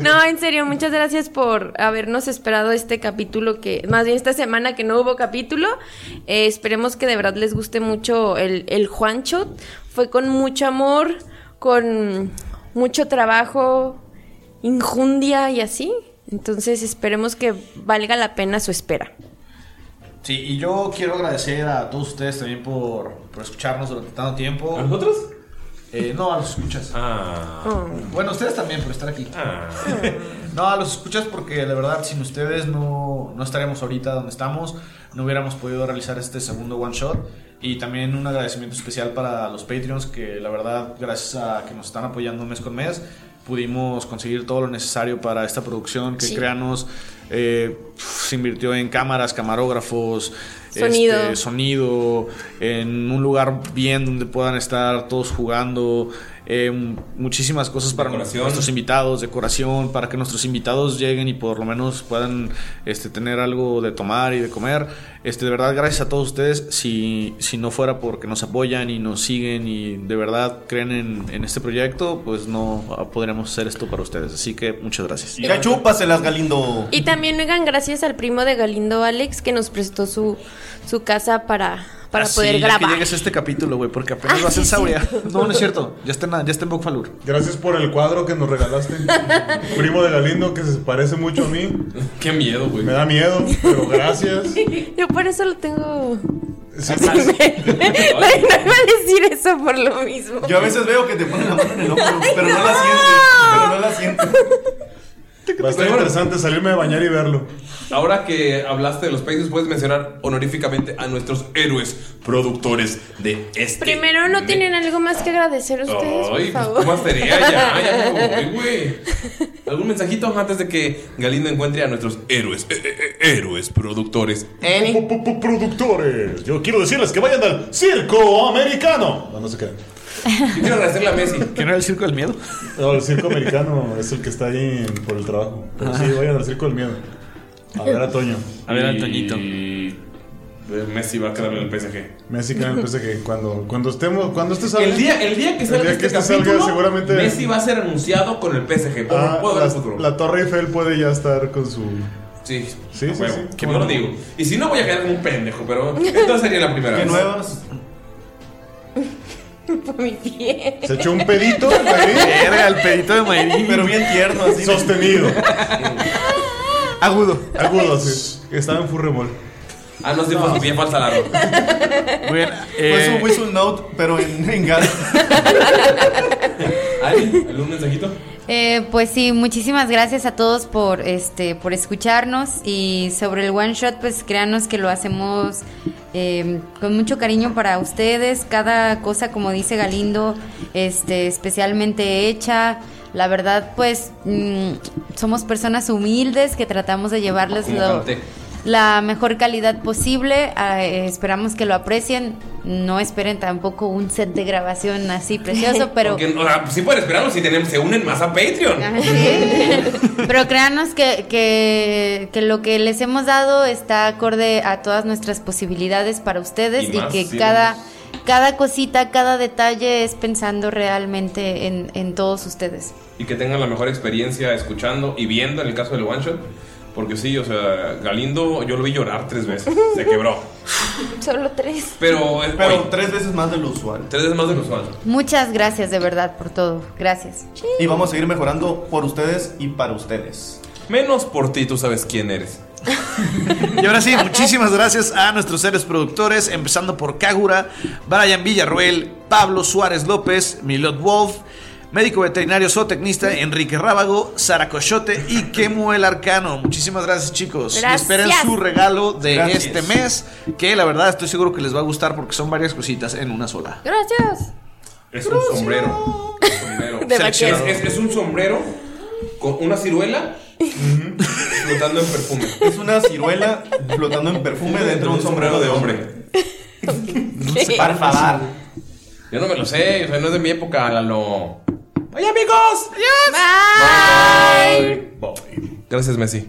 Speaker 3: No, en serio, muchas gracias por habernos esperado este capítulo que, más bien esta semana que no hubo capítulo. Eh, esperemos que de verdad les guste mucho el, el Juancho. Fue con mucho amor, con mucho trabajo, injundia y así. Entonces esperemos que valga la pena su espera.
Speaker 2: Sí, y yo quiero agradecer a todos ustedes también por, por escucharnos durante tanto tiempo. ¿A
Speaker 1: nosotros?
Speaker 2: Eh, no, a los escuchas. Bueno, ustedes también por estar aquí. no, a los escuchas porque la verdad sin ustedes no, no estaríamos ahorita donde estamos, no hubiéramos podido realizar este segundo one shot. Y también un agradecimiento especial para los Patreons que la verdad, gracias a que nos están apoyando mes con mes, pudimos conseguir todo lo necesario para esta producción que
Speaker 9: Sí.
Speaker 2: créanos eh, se invirtió en cámaras, camarógrafos,
Speaker 9: Sonido.
Speaker 2: este, sonido, en un lugar bien donde puedan estar todos jugando, eh, muchísimas cosas para
Speaker 1: Decoración.
Speaker 2: nuestros invitados, decoración, para que nuestros invitados lleguen y por lo menos puedan este, tener algo de tomar y de comer. Este, de verdad, gracias a todos ustedes. Si, si no fuera porque nos apoyan y nos siguen y de verdad creen en, en este proyecto, pues no ah, podríamos hacer esto para ustedes. Así que muchas gracias.
Speaker 3: Ya
Speaker 2: chúpaselas, Galindo.
Speaker 3: Y también, oigan, gracias al primo de Galindo, Alex, que nos prestó su, su casa para, para
Speaker 2: Ah, sí,
Speaker 3: poder
Speaker 2: ya
Speaker 3: grabar.
Speaker 2: que llegues a este capítulo, güey, porque apenas va a ser Sauria. No, no es cierto. Ya está, en- ya está en Bokfalur.
Speaker 6: Gracias por el cuadro que nos regalaste. Primo de Galindo que se parece mucho a mí.
Speaker 1: Qué miedo, güey.
Speaker 6: Me da miedo, pero gracias.
Speaker 3: Yo por eso lo tengo.
Speaker 6: Sí.
Speaker 3: no iba a decir eso por lo mismo.
Speaker 7: Yo a veces veo que te ponen la mano en el ojo,
Speaker 3: Ay,
Speaker 7: pero no,
Speaker 3: no.
Speaker 7: la sientes. Pero no la sientes.
Speaker 6: Va a estar interesante salirme de bañar y verlo.
Speaker 1: Ahora que hablaste de los países, puedes mencionar honoríficamente a nuestros héroes productores de este.
Speaker 3: Primero, ¿no tienen algo más que agradecer a ustedes,
Speaker 1: Ay,
Speaker 3: por
Speaker 1: pues,
Speaker 3: favor?
Speaker 1: ¿cómo estaría ya? Ya me voy, güey. ¿Algún mensajito antes de que Galindo encuentre a nuestros héroes, eh, eh, eh, héroes productores?
Speaker 6: Pu- pu- Productores, yo quiero decirles que vayan al circo americano. No, no se quedan.
Speaker 1: Yo quiero agradecerle a Messi.
Speaker 2: ¿Que no era el circo del miedo?
Speaker 6: No, el circo americano es el que está ahí en- por el trabajo. Pero
Speaker 2: Ah.
Speaker 6: sí, vayan al circo del miedo. A ver a Toño.
Speaker 1: A ver, Antoñito. Y eh, Messi va a quedar en el PSG.
Speaker 6: Messi que me parece que cuando, cuando estemos, cuando este salga.
Speaker 1: El día, el día que salga
Speaker 6: el
Speaker 1: este
Speaker 6: día este
Speaker 1: capítulo,
Speaker 6: salga, seguramente
Speaker 1: Messi va a ser anunciado con el PSG. ¿Cómo
Speaker 6: Ah,
Speaker 1: puedo ver el futuro?
Speaker 6: la, la Torre Eiffel puede ya estar con su.
Speaker 1: Sí,
Speaker 6: sí, sí,
Speaker 1: Huevo,
Speaker 6: sí.
Speaker 1: Que no lo digo. Y si no, voy a quedar como un pendejo, pero entonces sería la primera
Speaker 6: ¿Qué
Speaker 1: vez.
Speaker 6: nuevas?
Speaker 3: Por mi pie.
Speaker 6: Oh. Se echó un pedito,
Speaker 2: Verga, el pedito de Mayrin.
Speaker 6: Pero bien tierno, así. Sostenido.
Speaker 2: Agudo.
Speaker 6: Agudo, sí. Estaba en furremol.
Speaker 1: Ah, no, sí, fue bien falsa la ropa.
Speaker 2: Muy bien.
Speaker 7: Fue su whistle note, pero en, en gas.
Speaker 1: ¿Alguien? ¿Algún mensajito?
Speaker 5: Eh, pues sí, muchísimas gracias a todos por este por escucharnos y sobre el one shot, pues créanos que lo hacemos eh, con mucho cariño para ustedes. Cada cosa, como dice Galindo, este especialmente hecha. La verdad, pues mm, somos personas humildes que tratamos de llevarles
Speaker 11: Como
Speaker 5: lo,
Speaker 11: canté.
Speaker 5: la mejor calidad posible. Ah, eh, esperamos que lo aprecien. No esperen tampoco un set de grabación así precioso, pero
Speaker 1: Porque, o sea, sí pueden esperarlo si tenemos, se unen más a Patreon.
Speaker 5: Ajá, sí. Pero créanos que, que, que lo que les hemos dado está acorde a todas nuestras posibilidades para ustedes
Speaker 11: Y
Speaker 5: y,
Speaker 11: más,
Speaker 5: que
Speaker 11: sí,
Speaker 5: cada, cada cosita, cada detalle es pensando realmente en, en todos ustedes.
Speaker 1: Y que tengan la mejor experiencia escuchando y viendo en el caso del One Shot. Porque sí, o sea, Galindo yo lo vi llorar tres veces. Se quebró.
Speaker 3: Solo tres.
Speaker 1: Pero,
Speaker 7: Pero tres veces más de lo usual.
Speaker 1: Tres veces más de lo usual.
Speaker 5: Muchas gracias de verdad por todo. Gracias.
Speaker 7: Y vamos a seguir mejorando por ustedes y para ustedes.
Speaker 1: Menos por ti, tú sabes quién eres.
Speaker 2: Y ahora sí, muchísimas gracias a nuestros seres productores, empezando por Kagura, Brian Villarruel, Pablo Suárez López, Milot Wolf, médico veterinario zootecnista Enrique Rábago, Sara Cochote y Kemu el Arcano. Muchísimas gracias, chicos. Y
Speaker 9: Gracias.
Speaker 2: esperen su regalo de
Speaker 9: Gracias.
Speaker 2: este mes, que la verdad estoy seguro que les va a gustar porque son varias cositas en una sola.
Speaker 3: Gracias.
Speaker 1: Es un sombrero. sombrero.
Speaker 2: De
Speaker 1: Es,
Speaker 2: vaquero.
Speaker 1: es- es un sombrero con una ciruela Flotando en perfume.
Speaker 7: Es una ciruela flotando en perfume dentro de un sombrero de hombre.
Speaker 1: Para favor. Yo no me lo sé, o sea, no es de mi época, Lalo. Oye, amigos. Adiós.
Speaker 4: Bye.
Speaker 1: Gracias, Messi.